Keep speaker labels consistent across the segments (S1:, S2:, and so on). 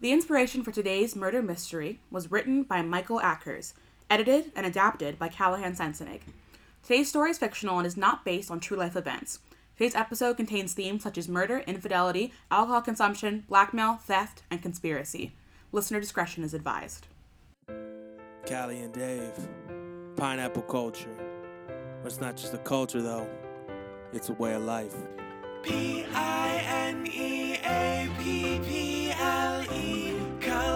S1: The inspiration for today's murder mystery was written by Michael Ackers, edited and adapted by Callahan Sensenig. Today's story is fictional and is not based on true life events. Today's episode contains themes such as murder, infidelity, alcohol consumption, blackmail, theft, and conspiracy. Listener discretion is advised.
S2: Callie and Dave. Pineapple culture. It's not just a culture, though, it's a way of life.
S3: P I N E A P P L E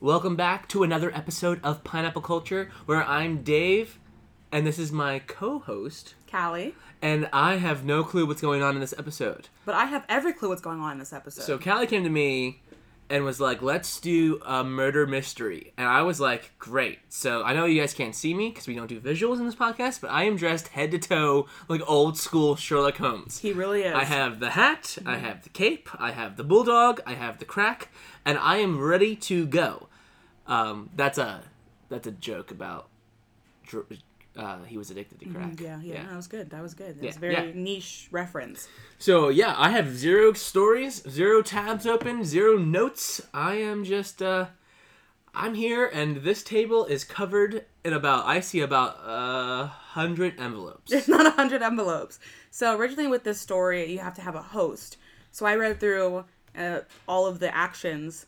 S4: Welcome back to another episode of Pineapple Culture, where I'm Dave, and this is my co host,
S1: Callie,
S4: and I have no clue what's going on in this episode.
S1: but I have every clue what's going on in this episode.
S4: So, Callie came to me and was like, let's do a murder mystery. And I was like, great. So, I know you guys can't see me because we don't do visuals in this podcast, but I am dressed head to toe like old school Sherlock Holmes.
S1: he really is.
S4: I have the hat, I
S1: Mm-hmm.
S4: have the cape, I have the bulldog, I have the crack, and I am ready to go. Um, that's a that's a joke about dr- uh, he was addicted to crack.
S1: Mm-hmm. Yeah, yeah, that was good. That was good. That was
S4: Yeah,
S1: a very
S4: yeah.
S1: niche reference.
S4: So yeah, I have zero stories, zero tabs open, zero notes. I am just uh, I'm here, and this table is covered in about I see about a hundred envelopes.
S1: It's not 100 envelopes. So, originally with this story, you have to have a host. So, I read through uh, all of the actions,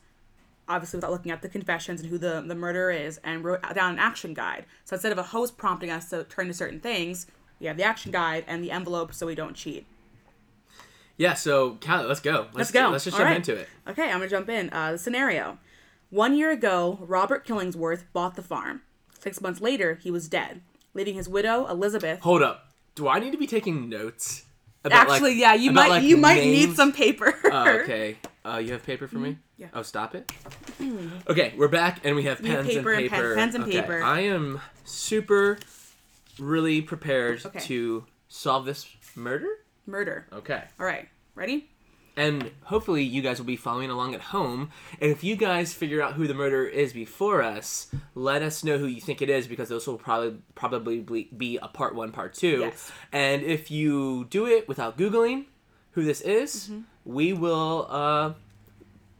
S1: obviously without looking at the confessions and who the, the murderer is, and wrote down an action guide. So, instead of a host prompting us to turn to certain things, we have the action guide and the envelope so we don't cheat.
S4: yeah, so Callie, let's go.
S1: Let's go.
S4: Let's just
S1: All
S4: jump
S1: right.
S4: into it.
S1: Okay, I'm gonna jump in. Uh, the scenario: One year ago, Robert Killingsworth bought the farm. Six months later, he was dead, leaving his widow Elizabeth.
S4: Hold up. Do I need to be taking notes? About,
S1: Actually,
S4: like-
S1: yeah, you
S4: about,
S1: might
S4: like,
S1: you might need
S4: names?
S1: some paper. Mm-hmm.
S4: Oh, okay. Uh, you have paper for me?
S1: yeah.
S4: Oh, stop it. okay, we're back and we have
S1: have
S4: pens
S1: paper
S4: and
S1: and pen-
S4: paper.
S1: pens and
S4: Okay,
S1: paper.
S4: I am super, really prepared
S1: Okay.
S4: to solve this murder.
S1: Murder.
S4: Okay.
S1: All right, ready?
S4: And hopefully you guys will be following along at home. And if you guys figure out who the murderer is before us, let us know who you think it is because those will probably probably be- be a part one, part two.
S1: Yes.
S4: And if you do it without googling who this is,
S1: Mm-hmm.
S4: we will uh,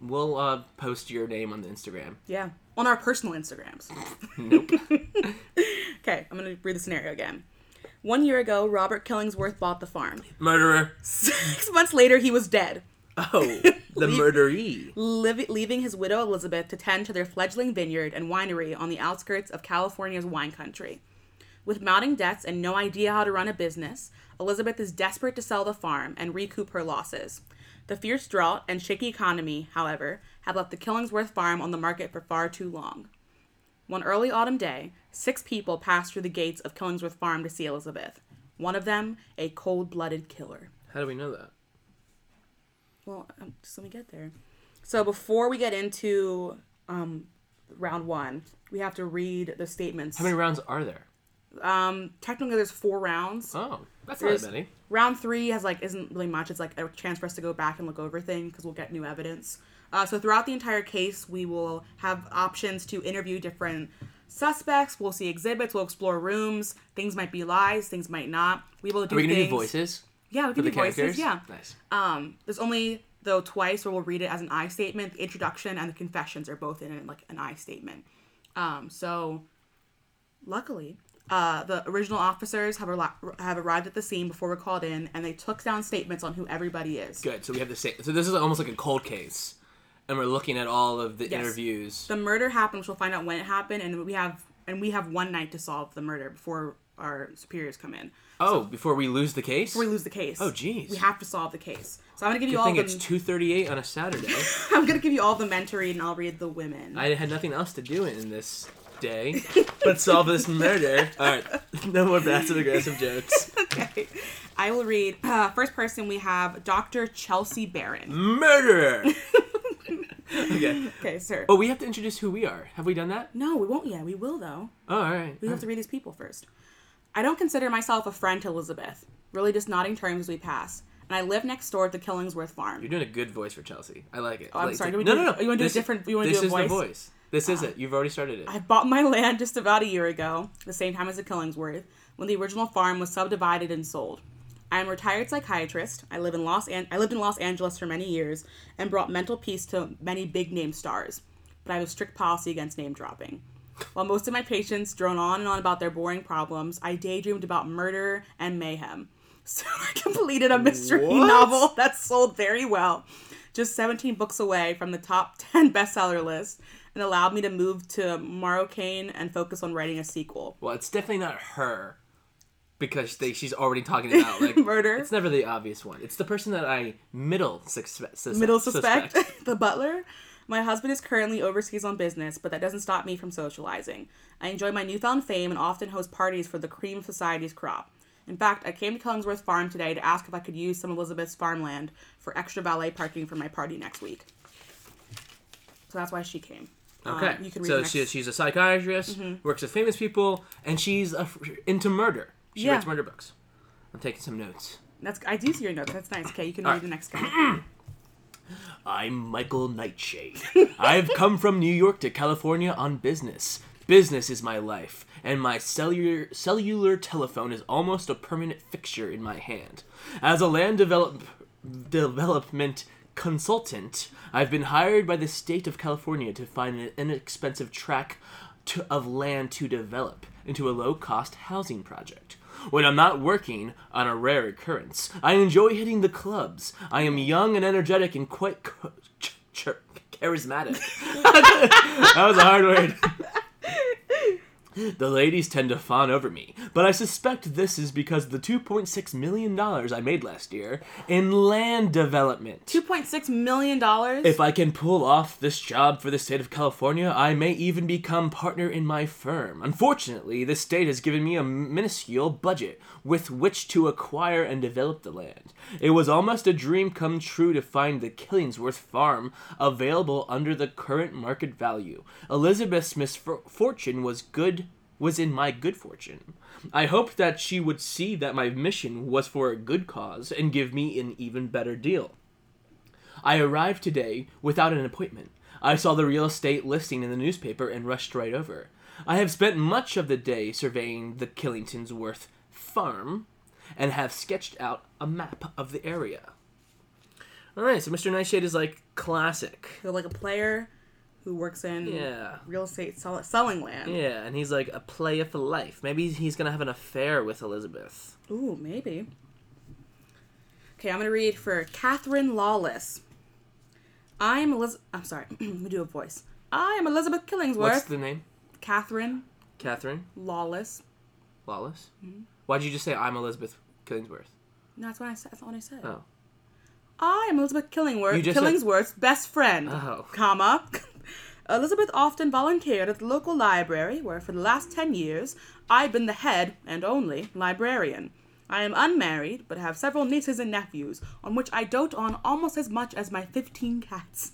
S4: we'll uh, post your name on the Instagram.
S1: Yeah, on our personal Instagrams.
S4: Nope.
S1: Okay, I'm gonna read the scenario again. One year ago, Robert Killingsworth bought the farm.
S4: Murderer.
S1: Six months later, he was dead.
S4: Oh, the murderee.
S1: liv- leaving his widow Elizabeth to tend to their fledgling vineyard and winery on the outskirts of California's wine country. With mounting debts and no idea how to run a business, Elizabeth is desperate to sell the farm and recoup her losses. The fierce drought and shaky economy, however, have left the Killingsworth farm on the market for far too long. One early autumn day, six people passed through the gates of Killingsworth Farm to see Elizabeth. One of them, a cold blooded killer.
S4: How do we know that?
S1: Well, um, just let me get there. So before we get into um, round one, we have to read the statements.
S4: How many rounds are there?
S1: um, technically, there's four rounds.
S4: Oh, that's not
S1: There's-
S4: that many.
S1: Round three has like isn't really much. It's like a chance for us to go back and look over things because we'll get new evidence. Uh, so throughout the entire case, we will have options to interview different suspects. We'll see exhibits. We'll explore rooms. Things might be lies. Things might not. We will do.
S4: Are we gonna
S1: things.
S4: do voices?
S1: Yeah, we
S4: For
S1: can
S4: the
S1: do voices.
S4: characters?
S1: Yeah.
S4: Nice.
S1: Um, there's only though twice where we'll read it as an I statement. The introduction and the confessions are both in like an I statement. Um, so luckily, uh, the original officers have arri- have arrived at the scene before we're called in, and they took down statements on who everybody is.
S4: Good. So we have the same. So this is almost like a cold case, and we're looking at all of the
S1: Yes.
S4: interviews.
S1: The murder happened. Which we'll find out when it happened, and we have and we have one night to solve the murder before our superiors come in.
S4: oh, before we lose the case.
S1: Before we lose the case.
S4: Oh, jeez.
S1: We have to solve the case. So I'm gonna give you
S4: I
S1: all
S4: think
S1: the.
S4: it's two thirty-eight on a Saturday.
S1: I'm gonna give you all the mentoring, and I'll read the women.
S4: I had nothing else to do in this day but solve this murder. All right, no more passive aggressive jokes.
S1: okay.
S4: Mm.
S1: I will read. Uh, first person we have Dr. Chelsea Barron.
S4: Murderer. okay.
S1: Okay, sir.
S4: But we have to introduce who we are. Have we done that?
S1: No, we won't yet. We will, though.
S4: Oh, all right.
S1: We have to read these people first. I don't consider myself a friend to Elizabeth, really just nodding terms as we pass, and I live next door at the Killingsworth farm.
S4: You're doing a good voice for Chelsea. I like it.
S1: Oh, I'm
S4: Like,
S1: sorry,
S4: No,
S1: do we
S4: no,
S1: do-
S4: no.
S1: you wanna do a
S4: This-
S1: different- you wanna
S4: this
S1: do a
S4: is
S1: voice? Ah.
S4: the voice. This is it. You've already started it.
S1: I bought my land just about a year ago, the same time as the Killingsworth, when the original farm was subdivided and sold. I am a retired psychiatrist. I live in Los An- I lived in Los Angeles for many years and brought mental peace to many big name stars. But I have a strict policy against name dropping. While most of my patients drone on and on about their boring problems, I daydreamed about murder and mayhem. So I completed a mystery
S4: What?
S1: novel that sold very well, just 17 books away from the top 10 bestseller list, and allowed me to move to Morrocaine and focus on writing a sequel.
S4: Well, it's definitely not her because they, she's already talking about like
S1: Murder.
S4: It's never the obvious one. It's the person that I middle suspect.
S1: Middle suspect, the butler. My husband is currently overseas on business, but that doesn't stop me from socializing. I enjoy my newfound fame and often host parties for the cream of society's crop. In fact, I came to Killingsworth Farm today to ask if I could use some of Elizabeth's farmland for extra valet parking for my party next week. So that's why she came. Uh,
S4: Okay,
S1: you can read
S4: so
S1: the next- Mm-hmm.
S4: she, she's a psychiatrist, works with famous people, and she's a, into murder. She
S1: Yeah.
S4: writes murder books. I'm taking some notes.
S1: That's I do see your notes. That's nice. Okay, you can read
S4: right.
S1: the next guy.
S4: I'm Michael Nightshade. I've come from New York to California on business. Business is my life, and my cellular cellular telephone is almost a permanent fixture in my hand. As a land develop, development consultant, I've been hired by the state of California to find an inexpensive tract to, of land to develop into a low-cost housing project. When I'm not working, on a rare occurrence, I enjoy hitting the clubs. I am young and energetic and quite co- ch- ch- charismatic. that was a hard word. The ladies tend to fawn over me, but I suspect this is because the $2.6 million I made last year in land development.
S1: Two point six million dollars.
S4: If I can pull off this job for the state of California, I may even become partner in my firm. Unfortunately, the state has given me a minuscule budget with which to acquire and develop the land. It was almost a dream come true to find the Killingsworth farm available under the current market value. Elizabeth's misfortune was good was in my good fortune. I hoped that she would see that my mission was for a good cause and give me an even better deal. I arrived today without an appointment. I saw the real estate listing in the newspaper and rushed right over. I have spent much of the day surveying the Killingtonsworth farm and have sketched out a map of the area. All right, so Mr. Nightshade is like classic.
S1: They're like a player who works in
S4: Yeah.
S1: real estate sell- selling land.
S4: Yeah, and he's like a player for life. Maybe he's going to have an affair with Elizabeth.
S1: Ooh, maybe. Okay, I'm gonna read for Catherine Lawless. I'm Elizabeth. I'm sorry. we do a voice. I'm Elizabeth Killingsworth.
S4: What's the name?
S1: Catherine
S4: Catherine
S1: Lawless.
S4: Lawless? Why'd you just say I'm Elizabeth Killingsworth?
S1: No, that's what I said. That's not what I said.
S4: Oh.
S1: I'm Elizabeth Killingworth.
S4: You just said-
S1: Killingsworth's best friend.
S4: Oh.
S1: Comma. Elizabeth often volunteered at the local library, where for the last ten years I've been the head and only librarian. I am unmarried, but have several nieces and nephews, on which I dote on almost as much as my fifteen cats.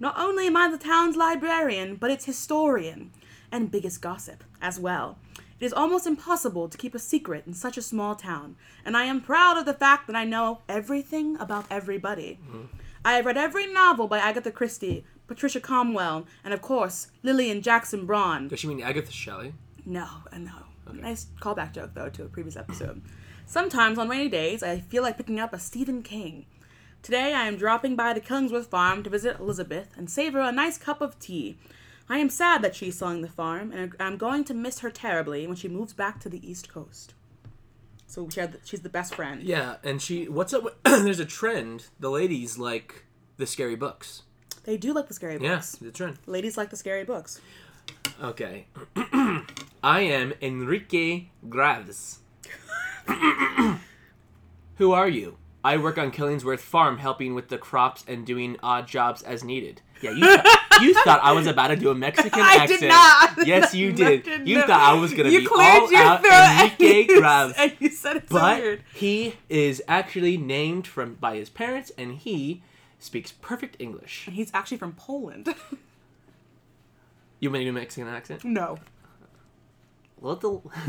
S1: Not only am I the town's librarian, but its historian and biggest gossip as well. It is almost impossible to keep a secret in such a small town, and I am proud of the fact that I know everything about everybody. I have read every novel by Agatha Christie, Patricia Cromwell, and of course, Lillian Jackson Braun.
S4: Does she mean Agatha Shelley?
S1: No, I know. Nice callback joke though to a previous episode. Sometimes on rainy days, I feel like picking up a Stephen King. Today, I am dropping by the Killingsworth farm to visit Elizabeth and savor a nice cup of tea. I am sad that she's selling the farm, and I'm going to miss her terribly when she moves back to the East Coast. So she had the, she's the best friend.
S4: Yeah, and she what's up? With, there's a trend. The ladies like the scary books.
S1: They do like the scary books.
S4: Yes, the trend.
S1: Ladies like the scary books.
S4: Okay, I am Enrique Graves. Who are you? I work on Killingsworth Farm, helping with the crops and doing odd jobs as needed. Yeah, you, thought- you thought I was about to do a Mexican
S1: I
S4: accent.
S1: did not.
S4: Yes, you did.
S1: No, no,
S4: You
S1: no.
S4: thought I was gonna
S1: You
S4: be
S1: cleared
S4: all
S1: your
S4: out
S1: throat and
S4: Enrique
S1: you
S4: Graves.
S1: said- you said it so
S4: but
S1: weird.
S4: he is actually named from by his parents and he speaks perfect English.
S1: He's actually from Poland.
S4: You want me to do a Mexican accent?
S1: no.
S4: Little,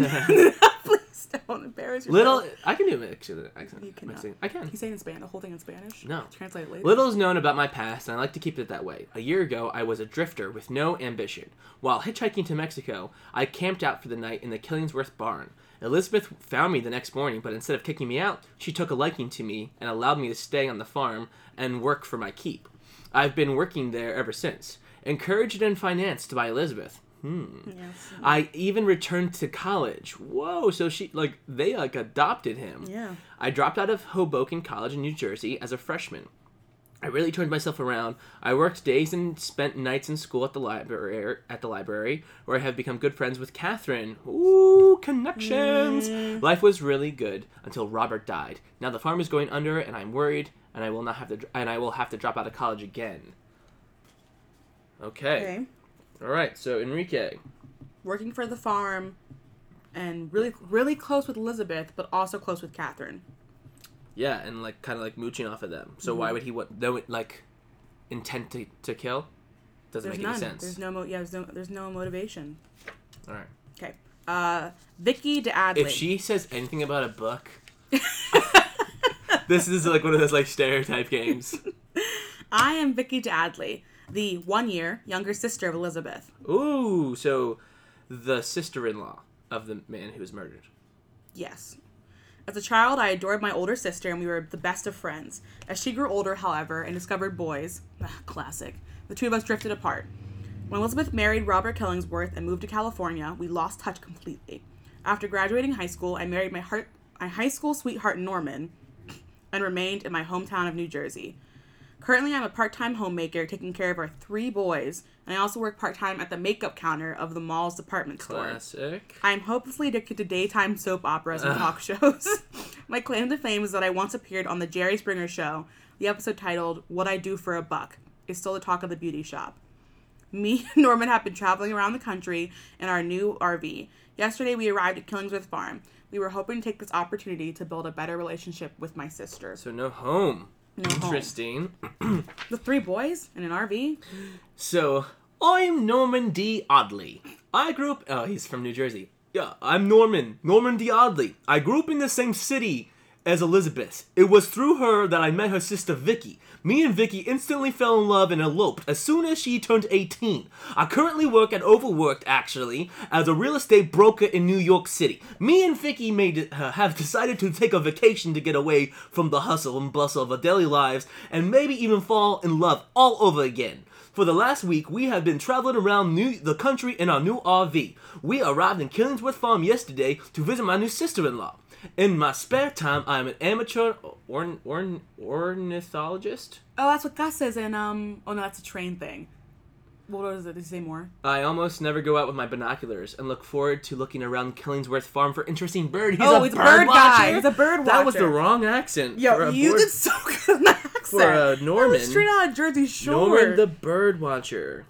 S1: Please don't embarrass yourself.
S4: little. I can do a Mexican accent.
S1: You cannot.
S4: Mexican. I can.
S1: He's saying in Spanish, the whole thing in Spanish?
S4: No.
S1: Translate it later.
S4: Little is known about my past, and I like to keep it that way. A year ago, I was a drifter with no ambition. While hitchhiking to Mexico, I camped out for the night in the Killingsworth barn. Elizabeth found me the next morning, but instead of kicking me out, she took a liking to me and allowed me to stay on the farm and work for my keep. I've been working there ever since, encouraged and financed by Elizabeth.
S1: Yes.
S4: I even returned to college. Whoa! So she like they like adopted him.
S1: Yeah.
S4: I dropped out of Hoboken College in New Jersey as a freshman. I really turned myself around. I worked days and spent nights in school at the library at the library where I have become good friends with Catherine. Ooh, connections. Life was really good until Robert died. Now the farm is going under and I'm worried and I will not have to and I will have to drop out of college again. Okay.
S1: Okay.
S4: All right. So Enrique,
S1: Working for the farm and really, really close with Elizabeth, but also close with Catherine.
S4: Yeah, and like kind of like mooching off of them. So
S1: Mhm.
S4: why would he want though it like intent to, to kill? Doesn't
S1: There's
S4: make
S1: none.
S4: any sense.
S1: There's no mo- yeah, there's no there's no motivation.
S4: All right.
S1: Okay. Uh Vicky DeAdley.
S4: If she says anything about a book, this is like one of those like stereotype games.
S1: I am Vicky DeAdley, the one year younger sister of Elizabeth.
S4: Ooh, so the sister-in-law of the man who was murdered.
S1: Yes. As a child, I adored my older sister and we were the best of friends. As she grew older, however, and discovered boys, ah, classic, the two of us drifted apart. When Elizabeth married Robert Killingsworth and moved to California, we lost touch completely. After graduating high school, I married my, heart, my high school sweetheart Norman and remained in my hometown of New Jersey. Currently, I'm a part time homemaker taking care of our three boys, and I also work part time at the makeup counter of the mall's department store.
S4: Classic.
S1: I am hopelessly addicted to daytime soap operas and talk shows. My claim to fame is that I once appeared on the Jerry Springer show. The episode titled What I Do for a Buck is still the talk of the beauty shop. Me and Norman have been traveling around the country in our new RV. Yesterday we arrived at Killingsworth Farm. We were hoping to take this opportunity to build a better relationship with my sister.
S4: So no home.
S1: No home.
S4: Interesting.
S1: The three boys in an RV?
S4: So I'm Norman D. Oddly. I grew up. Oh, he's from New Jersey. Yeah, I'm Norman. Norman D. Oddly. I grew up in the same city as Elizabeth. It was through her that I met her sister Vicky. Me and Vicky instantly fell in love and eloped as soon as she turned 18. I currently work at Overworked, actually, as a real estate broker in New York City. Me and Vicky made uh, have decided to take a vacation to get away from the hustle and bustle of our daily lives and maybe even fall in love all over again. For the last week, we have been traveling around new, the country in our new RV. We arrived in Killingsworth Farm yesterday to visit my new sister-in-law. In my spare time, I am an amateur orn, orn, ornithologist.
S1: Oh, that's what Gus says in, um, oh no, that's a train thing. What was it? Did he say more?
S4: I almost never go out with my binoculars and look forward to looking around Killingsworth Farm for interesting bird. He's
S1: Oh,
S4: a
S1: he's a
S4: bird,
S1: bird guy.
S4: watcher?
S1: He's a bird
S4: That was
S1: watcher.
S4: the wrong accent. for
S1: Yo,
S4: a
S1: you
S4: board-
S1: did so good in that accent.
S4: uh,
S1: That was
S4: Norman.
S1: straight out of Jersey Shore.
S4: Norman the bird watcher.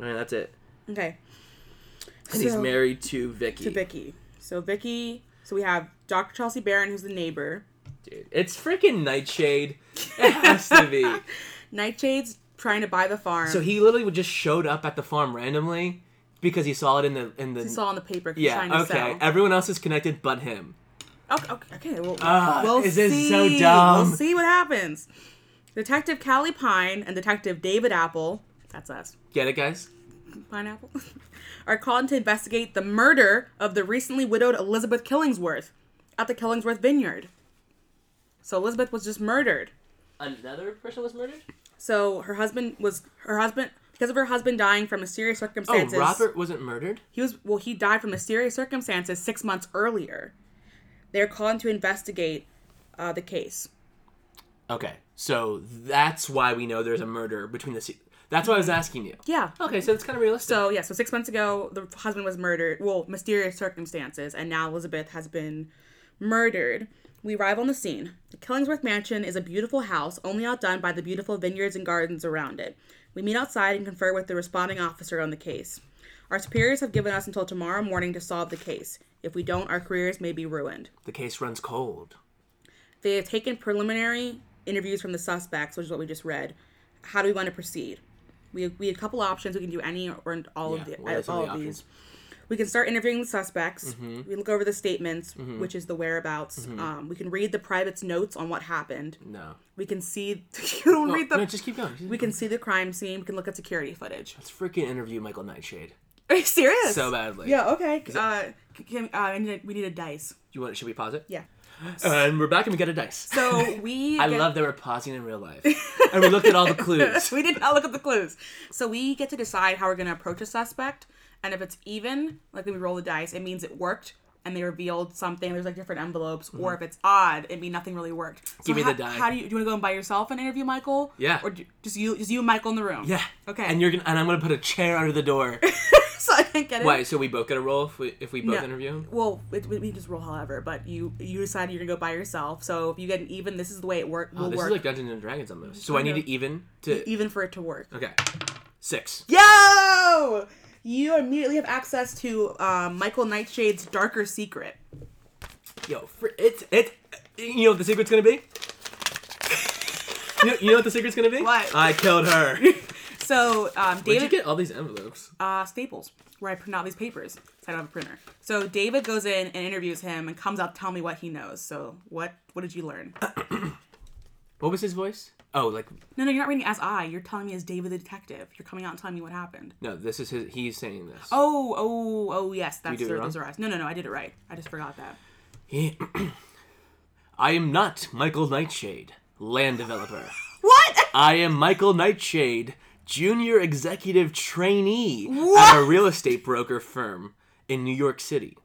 S4: All right, that's it.
S1: okay.
S4: And he's
S1: So-
S4: married to Vicky.
S1: To Vicky. So Vicky. So we have Dr. Chelsea Barron, who's the neighbor.
S4: Dude, it's freaking Nightshade. It has to be.
S1: Nightshade's trying to buy the farm.
S4: So he literally would just showed up at the farm randomly because he saw it in the in the.
S1: he saw on the paper. 'cause he's trying to
S4: yeah. Okay.
S1: Sell.
S4: Everyone else is connected but him.
S1: Okay. Okay. okay well,
S4: Ah,
S1: we'll
S4: this
S1: see.
S4: is so dumb.
S1: We'll see what happens. Detective Callie Pine and Detective David Apple. That's us.
S4: Get it, guys?
S1: Pineapple. are called to investigate the murder of the recently widowed Elizabeth Killingsworth at the Killingsworth Vineyard. So Elizabeth was just murdered.
S4: Another person was murdered.
S1: So her husband was her husband because of her husband dying from mysterious
S4: Oh,
S1: circumstances.
S4: Robert wasn't murdered.
S1: He was well. He died from mysterious circumstances six months earlier. They're called to investigate uh, the case.
S4: Okay, so that's why we know there's a murder between the. se- That's why I was asking you.
S1: Yeah.
S4: Okay, so it's kind of realistic.
S1: So yeah, so six months ago, the husband was murdered. Well, mysterious circumstances, and now Elizabeth has been murdered. We arrive on the scene. The Killingsworth Mansion is a beautiful house, only outdone by the beautiful vineyards and gardens around it. We meet outside and confer with the responding officer on the case. Our superiors have given us until tomorrow morning to solve the case. If we don't, our careers may be ruined.
S4: the case runs cold.
S1: They have taken preliminary interviews from the suspects, which is what we just read. How do we want to proceed? We, we had a couple options. We can do any or and all
S4: Yeah,
S1: of the uh,
S4: what are some
S1: Oh, all
S4: of
S1: of
S4: the
S1: these. We can start interviewing the suspects.
S4: Mm-hmm.
S1: We look over the statements, which is the whereabouts. Um, we can read the private's notes on what happened.
S4: No.
S1: We can see. you don't read the.
S4: no, just keep going.
S1: we can see the crime scene. We can look at security footage.
S4: Let's freaking interview Michael Nightshade.
S1: Are you serious?
S4: So badly.
S1: Yeah. Okay. Uh, c- can, uh, I need a, we need a dice.
S4: You want? Should we pause it?
S1: Yeah.
S4: And we're back and we got a dice.
S1: So we.
S4: I
S1: get-
S4: love that we're pausing in real life, and we looked at all the clues.
S1: We did not look at the clues. So we get to decide how we're going to approach a suspect, and if it's even, like when we roll the dice, it means it worked and they revealed something. There's like different envelopes, or if it's odd, it means nothing really worked. So
S4: Mm-hmm. Give me the
S1: ho-
S4: die.
S1: How do you, do you want to go and by yourself and interview Michael?
S4: Yeah.
S1: Or do, just you, just you and Michael in the room.
S4: Yeah.
S1: Okay.
S4: And you're gonna and I'm gonna put a chair under the door.
S1: so I can't get it.
S4: Wait, so we both get a roll if we if we both
S1: No.
S4: interview him?
S1: Well, it, we we can just roll however, but you you decide you're gonna go by yourself. So if you get an even, this is the way it work will
S4: Oh, this
S1: work.
S4: is like Dungeons and Dragons almost. So I need
S1: Okay.
S4: to even to
S1: even for it to work.
S4: Okay. Six.
S1: Yo! You immediately have access to um, Michael Nightshade's darker secret.
S4: Yo, fr- it's it's you know what the secret's gonna be? You know, you know what the secret's gonna be?
S1: What?
S4: I killed her. Where'd
S1: So um,
S4: you
S1: David
S4: get all these envelopes?
S1: uh, Staples, where I print out these papers. 'cause I don't have a printer. So David goes in and interviews him and comes out to tell me what he knows. So what what did you learn?
S4: What was his voice? Oh, like
S1: No, no, you're not reading as I. You're telling me as David the detective. You're coming out and telling me what happened.
S4: no, this is his he's saying this.
S1: Oh, oh, oh, yes, that's
S4: do it
S1: the
S4: wrong?
S1: those are eyes. No, no, no, I did it right. I just forgot that.
S4: He- I am not Michael Nightshade, land developer.
S1: What?
S4: I am Michael Nightshade, junior executive trainee at a
S1: What?
S4: real estate broker firm in New York City.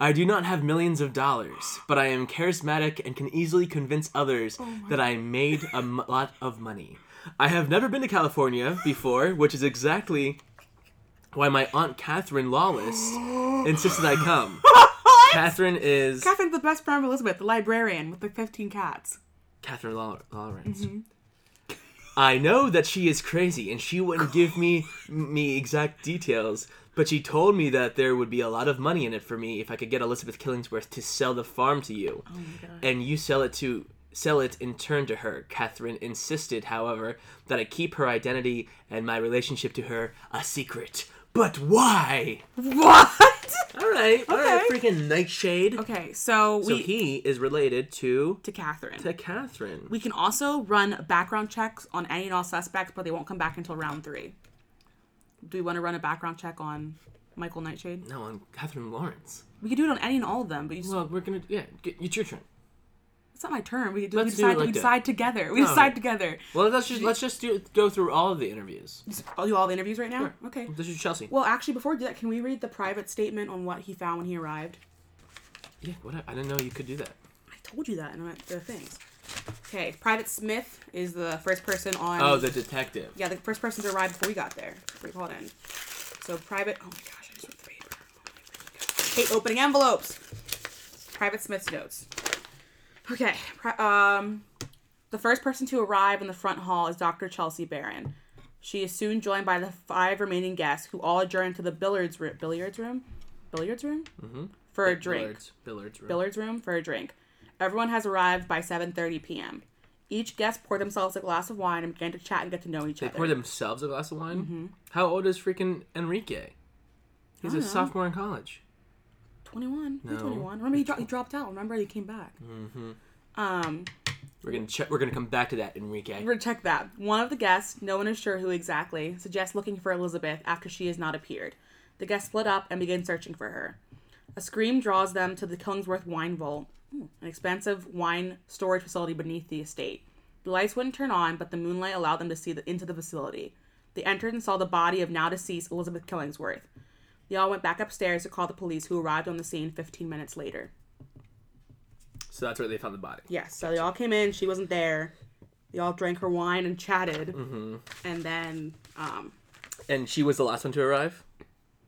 S4: I do not have millions of dollars, but I am charismatic and can easily convince others that I made a m- lot of money. I have never been to California before, which is exactly why my aunt Catherine Lawless insisted I come. Catherine is
S1: Catherine's the best friend of Elizabeth, the librarian with the 15 cats.
S4: Catherine Law- Lawrence. I know that she is crazy and she wouldn't give me me exact details, but she told me that there would be a lot of money in it for me if I could get Elizabeth Killingsworth to sell the farm to you, and you sell it to sell it in turn to her. Catherine insisted, however, that I keep her identity and my relationship to her a secret. But why?
S1: What?
S4: All right, all right,
S1: Okay.
S4: freaking Nightshade.
S1: Okay, so we
S4: So he is related to
S1: to Catherine.
S4: to Catherine.
S1: we can also run background checks on any and all suspects, but they won't come back until round three. Do we want to run a background check on Michael Nightshade?
S4: No, on Catherine Lawrence.
S1: We could do it on any and all of them, but you just,
S4: Well, we're gonna yeah. Get, it's your turn.
S1: it's not my turn. We, we
S4: Let's do
S1: decide.
S4: it like
S1: we
S4: that.
S1: decide together. We decide together.
S4: Well, let's just let's just do go through all of the interviews.
S1: I'll do all the interviews right now. Okay.
S4: This is Chelsea.
S1: Well, actually, before we do that, can we read the private statement on what he found when he arrived?
S4: yeah, what I didn't know you could do that.
S1: I told you that in the things. Okay, Private Smith is the first person on.
S4: Oh, the detective.
S1: Yeah, the first person to arrive before we got there. Before we called in. So private. Oh my gosh, I just ripped the paper. Oh my freaking God. Hate opening envelopes. Private Smith's notes. Okay. pri- Um, the first person to arrive in the front hall is Dr. Chelsea Barron. She is soon joined by the five remaining guests, who all adjourn to the billiards room. Billiards room. Billiards room. Mm-hmm. For a drink.
S4: Billards. Billards. room.
S1: Billard's room for a drink. Everyone has arrived by 7:30 p.m. Each guest poured themselves a glass of wine and began to chat and get to know each
S4: They
S1: other.
S4: pour themselves a glass of wine.
S1: Mm-hmm.
S4: How old is freaking Enrique? He's a sophomore in college.
S1: 21. He's
S4: No.
S1: 21. Remember he, dro- he dropped out. Remember he came back.
S4: We're gonna check. We're gonna come back to that, Enrique.
S1: We're gonna check that. One of the guests, no one is sure who exactly, suggests looking for Elizabeth after she has not appeared. The guests split up and begin searching for her. A scream draws them to the Killingsworth Wine Vault, hmm, an expansive wine storage facility beneath the estate. The lights wouldn't turn on, but the moonlight allowed them to see the, into the facility. They entered and saw the body of now deceased Elizabeth Killingsworth. They all went back upstairs to call the police, who arrived on the scene 15 minutes later.
S4: So that's where they found the body.
S1: Yes. So they all came in. She wasn't there. They all drank her wine and chatted.
S4: Mm-hmm.
S1: And then um,
S4: And she was the last one to arrive.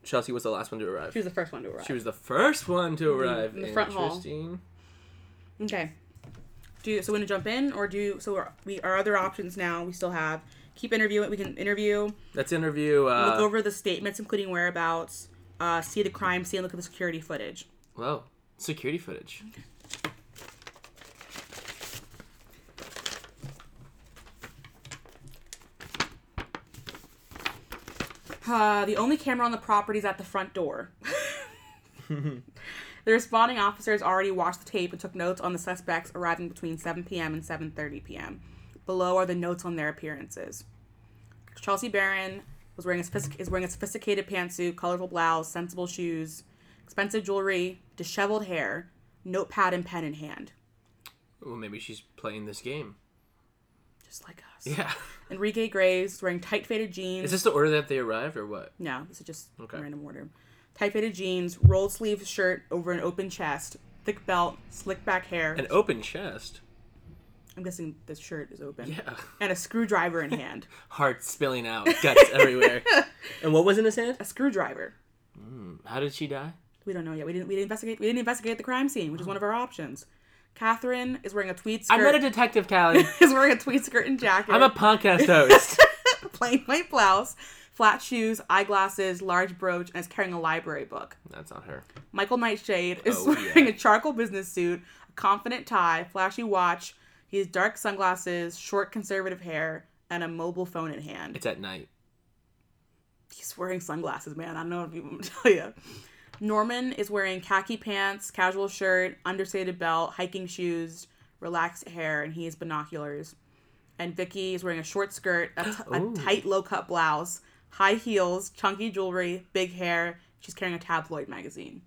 S4: Chelsea was the last one to arrive.
S1: she was the first one to arrive.
S4: She was the first one to arrive.
S1: in the front hall.
S4: Interesting.
S1: okay. Do you, so. Want to jump in, or do you, so? Our, we our other options now. We still have keep interviewing. We can interview.
S4: Let's interview. Uh,
S1: Look over the statements, including whereabouts. Uh, see the crime scene. Look at the security footage.
S4: Whoa. Security footage.
S1: Uh, the only camera on the property is at the front door. the responding officers already watched the tape and took notes on the suspects arriving between 7 p.m. and 7:30 p.m. Below are the notes on their appearances. Chelsea Barron was wearing a sophistic- is wearing a sophisticated pantsuit, colorful blouse, sensible shoes, expensive jewelry, disheveled hair, notepad and pen in hand,
S4: Well, maybe she's playing this game.
S1: just like us.
S4: Yeah.
S1: Enrique Graves was wearing tight fitted jeans.
S4: Is this the order that they arrived or what?
S1: No, this is just in
S4: Okay.
S1: random order. Tight fitted jeans, rolled sleeve shirt over an open chest, thick belt, slick back hair.
S4: An open chest.
S1: I'm guessing this shirt is open.
S4: Yeah.
S1: And a screwdriver in hand.
S4: Heart spilling out, guts everywhere. and what was in his hand?
S1: a screwdriver.
S4: How did she die?
S1: We don't know yet. We didn't. We didn't investigate. We didn't investigate the crime scene, which is one of our options. Catherine is wearing a tweed skirt.
S4: I'm not a detective, Callie.
S1: is wearing a tweed skirt and jacket.
S4: I'm a podcast host.
S1: plain white blouse, flat shoes, eyeglasses, large brooch, and is carrying a library book.
S4: That's not her.
S1: Michael Nightshade is
S4: Oh,
S1: wearing
S4: yeah.
S1: a charcoal business suit, a confident tie, flashy watch. He has dark sunglasses, short conservative hair, and a mobile phone in hand.
S4: It's at night.
S1: He's wearing sunglasses, man. I don't know if you want me to tell you. Norman is wearing khaki pants, casual shirt, understated belt, hiking shoes, relaxed hair, and he has binoculars. And Vicky is wearing a short skirt, a, t- a
S4: Ooh.
S1: tight low cut blouse, high heels, chunky jewelry, big hair. She's carrying a tabloid magazine.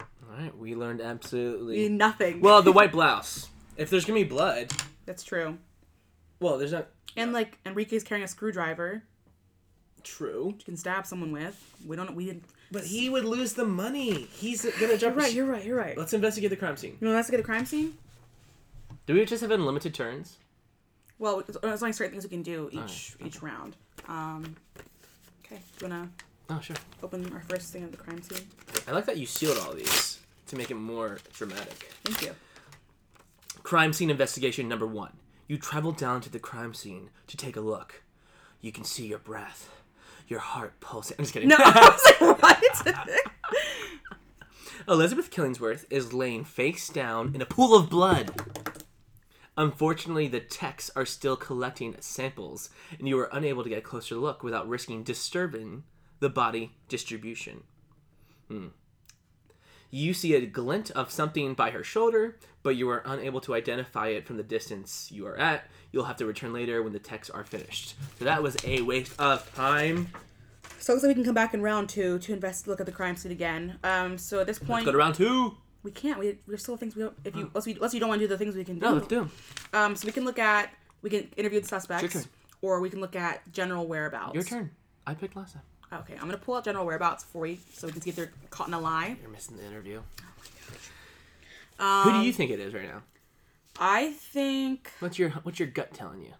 S4: All right, we learned absolutely.
S1: Nothing.
S4: Well, the white blouse. If there's gonna be blood,
S1: that's true.
S4: well, there's not.
S1: And like Enrique's carrying a screwdriver,
S4: True.
S1: you can stab someone with. We don't. We didn't.
S4: But he would lose the money. He's gonna jump.
S1: Right. You're right. You're right.
S4: Let's investigate the crime scene.
S1: You want to get a crime scene?
S4: Do we just have unlimited turns?
S1: Well, it's- there's only certain things we can do each each round. Um, okay. Do you wanna
S4: Oh sure.
S1: open our first thing of the crime scene?
S4: I like that you sealed all these to make it more dramatic.
S1: Thank you.
S4: Crime scene investigation number one. You travel down to the crime scene to take a look. You can see your breath, your heart pulsing. I'm just kidding.
S1: No, I was like, what?
S4: Elizabeth Killingsworth is laying face down in a pool of blood. Unfortunately, the techs are still collecting samples, and you are unable to get a closer look without risking disturbing the body distribution. Hmm. You see a glint of something by her shoulder, but you are unable to identify it from the distance you are at. You'll have to return later when the techs are finished. So that was a waste of time.
S1: so it looks like we can come back in round two to invest look at the crime scene again. Um, so at this point,
S4: Go to round two.
S1: we can't. We there's still things we don't. If you unless, we, unless you don't want to do the things we can do.
S4: No, let's do 'em.
S1: Um, so we can look at we can interview the suspects,
S4: turn.
S1: or we can look at general whereabouts.
S4: Your turn. I picked last time.
S1: Okay, I'm gonna pull out general whereabouts for you so we can see if they're caught in a lie.
S4: You're missing the interview.
S1: Oh Um,
S4: Who do you think it is right now?
S1: I think
S4: What's your what's your gut telling you?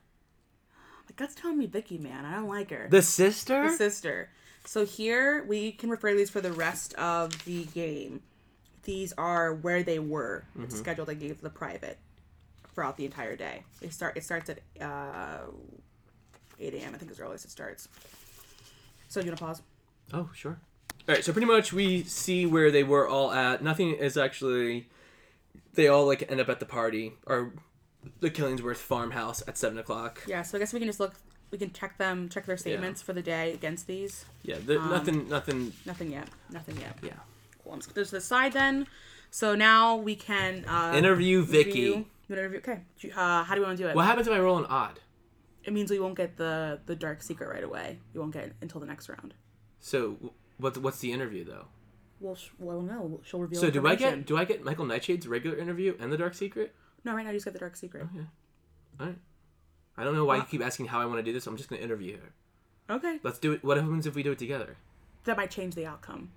S1: my gut's telling me Vicky, man. I don't like her.
S4: The sister?
S1: The sister. So here we can refer to these for the rest of the game. These are where they were. It's a schedule they gave the private throughout the entire day. They start. It starts at uh, 8 a.m. I think is the earliest it starts. So you wanna pause?
S4: oh, sure. All right, so pretty much we see where they were all at. Nothing is actually. They all like end up at the party or the Killingsworth farmhouse at seven o'clock.
S1: Yeah. So I guess we can just look. We can check them. Check their statements for the day against these.
S4: Yeah, the,
S1: Um,
S4: nothing, nothing.
S1: Nothing yet. Nothing yet.
S4: Yeah.
S1: Cool. I'm just gonna go to the side then. So now we can uh,
S4: Interview Vicky.
S1: review- you wanna review- Okay. Do you- Uh, how do we want to do it?
S4: What happens if I roll an odd?
S1: It means we won't get the the dark secret right away. You won't get it until the next round.
S4: So what what's the interview though?
S1: Well, sh- well, no. She'll reveal.
S4: So do I get
S1: information.
S4: do I get Michael Nightshade's regular interview and the dark secret?
S1: No, right now you just get the dark secret.
S4: All right. I don't know why you keep asking how I want to do this. I'm just gonna interview her.
S1: Okay.
S4: Let's do it. What happens if we do it together?
S1: That might change the outcome.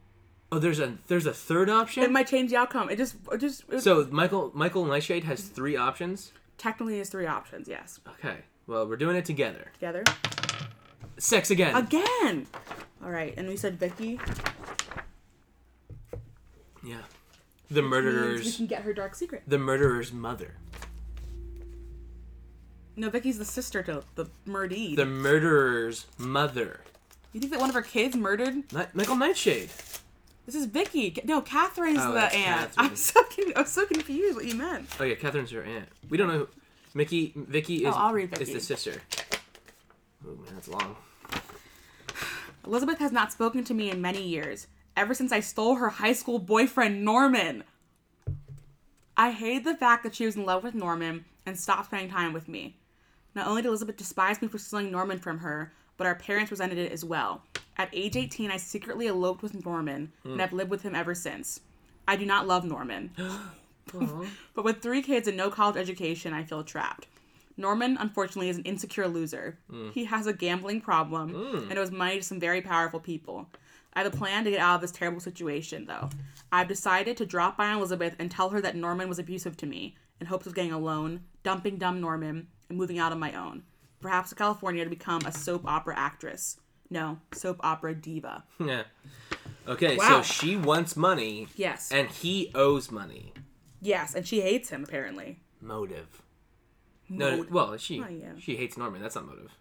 S4: Oh, there's a there's a third option.
S1: It might change the outcome. It just, it just. It
S4: so Michael Michael Nightshade has three options.
S1: technically, is three options. Yes.
S4: Okay. Well, we're doing it together.
S1: Together.
S4: Sex again.
S1: Again. All right, and we said Vicky.
S4: yeah. The
S1: Means we
S4: murderer's
S1: can get her dark secret.
S4: the murderer's mother.
S1: No, Vicky's the sister to the murdered.
S4: The murderer's mother.
S1: you think that one of her kids murdered
S4: Ni- Michael Nightshade.
S1: This is Vicky. Ca- No, Catherine's
S4: Oh,
S1: the
S4: that's
S1: aunt.
S4: Catherine.
S1: I'm so con- I'm so confused what you meant.
S4: Oh yeah, Catherine's her aunt. We don't know. Who- Mickey Vicky is
S1: Oh, I'll read
S4: is
S1: Vicky.
S4: the sister. Oh man, that's long.
S1: Elizabeth has not spoken to me in many years, ever since I stole her high school boyfriend, Norman. I hated the fact that she was in love with Norman and stopped spending time with me. Not only did Elizabeth despise me for stealing Norman from her, but our parents resented it as well. At age 18, I secretly eloped with Norman,
S4: Hmm.
S1: and I've lived with him ever since. I do not love Norman. but with three kids and no college education, I feel trapped. Norman, unfortunately, is an insecure loser. He has a gambling problem and owes money to some very powerful people. I have a plan to get out of this terrible situation, though. I've decided to drop by on Elizabeth and tell her that Norman was abusive to me in hopes of getting a loan, dumping dumb Norman, and moving out on my own. Perhaps to California to become a soap opera actress. No, soap opera diva.
S4: Yeah. Okay,
S1: Wow.
S4: so she wants money.
S1: Yes.
S4: And he owes money.
S1: yes, and she hates him, apparently.
S4: Motive. No,
S1: Motive.
S4: well, she
S1: Oh, yeah.
S4: she hates Norman. That's not motive.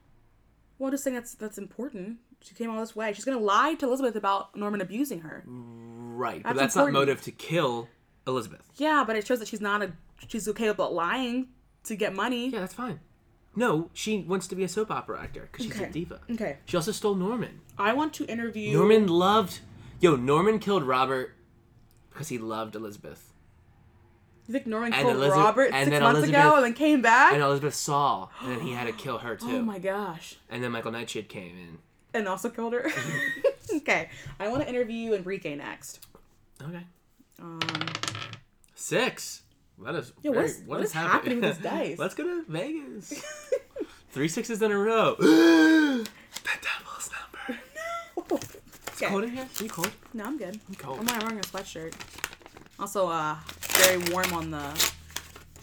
S1: Well, I'm just saying that's that's important. She came all this way. She's gonna lie to Elizabeth about Norman abusing her.
S4: Right, but
S1: That's
S4: that's
S1: important.
S4: not motive to kill Elizabeth.
S1: Yeah, but it shows that she's not a she's okay about lying to get money.
S4: Yeah, that's fine. No, she wants to be a soap opera actor because she's
S1: Okay.
S4: a diva.
S1: Okay.
S4: She also stole Norman.
S1: I want to interview
S4: Norman loved. Yo, Norman killed Robert because he loved Elizabeth.
S1: You think Norman
S4: and
S1: killed
S4: Eliza-
S1: Robert
S4: and
S1: six
S4: then
S1: months ago
S4: Elizabeth-
S1: and then came back?
S4: And Elizabeth saw, and then he had to kill her too.
S1: oh my gosh!
S4: And then Michael Nightshade came in.
S1: And also killed her. okay, I want to interview Enrique next.
S4: Okay.
S1: Um,
S4: Six. That is.
S1: Yeah, what
S4: very-
S1: is- what is happening with this dice?
S4: Let's go to Vegas. Three sixes in a row. the devil's number.
S1: okay.
S4: Cold in here? Are you cold?
S1: No, I'm good.
S4: I'm cold.
S1: I'm not wearing a sweatshirt. Also, uh, very warm on the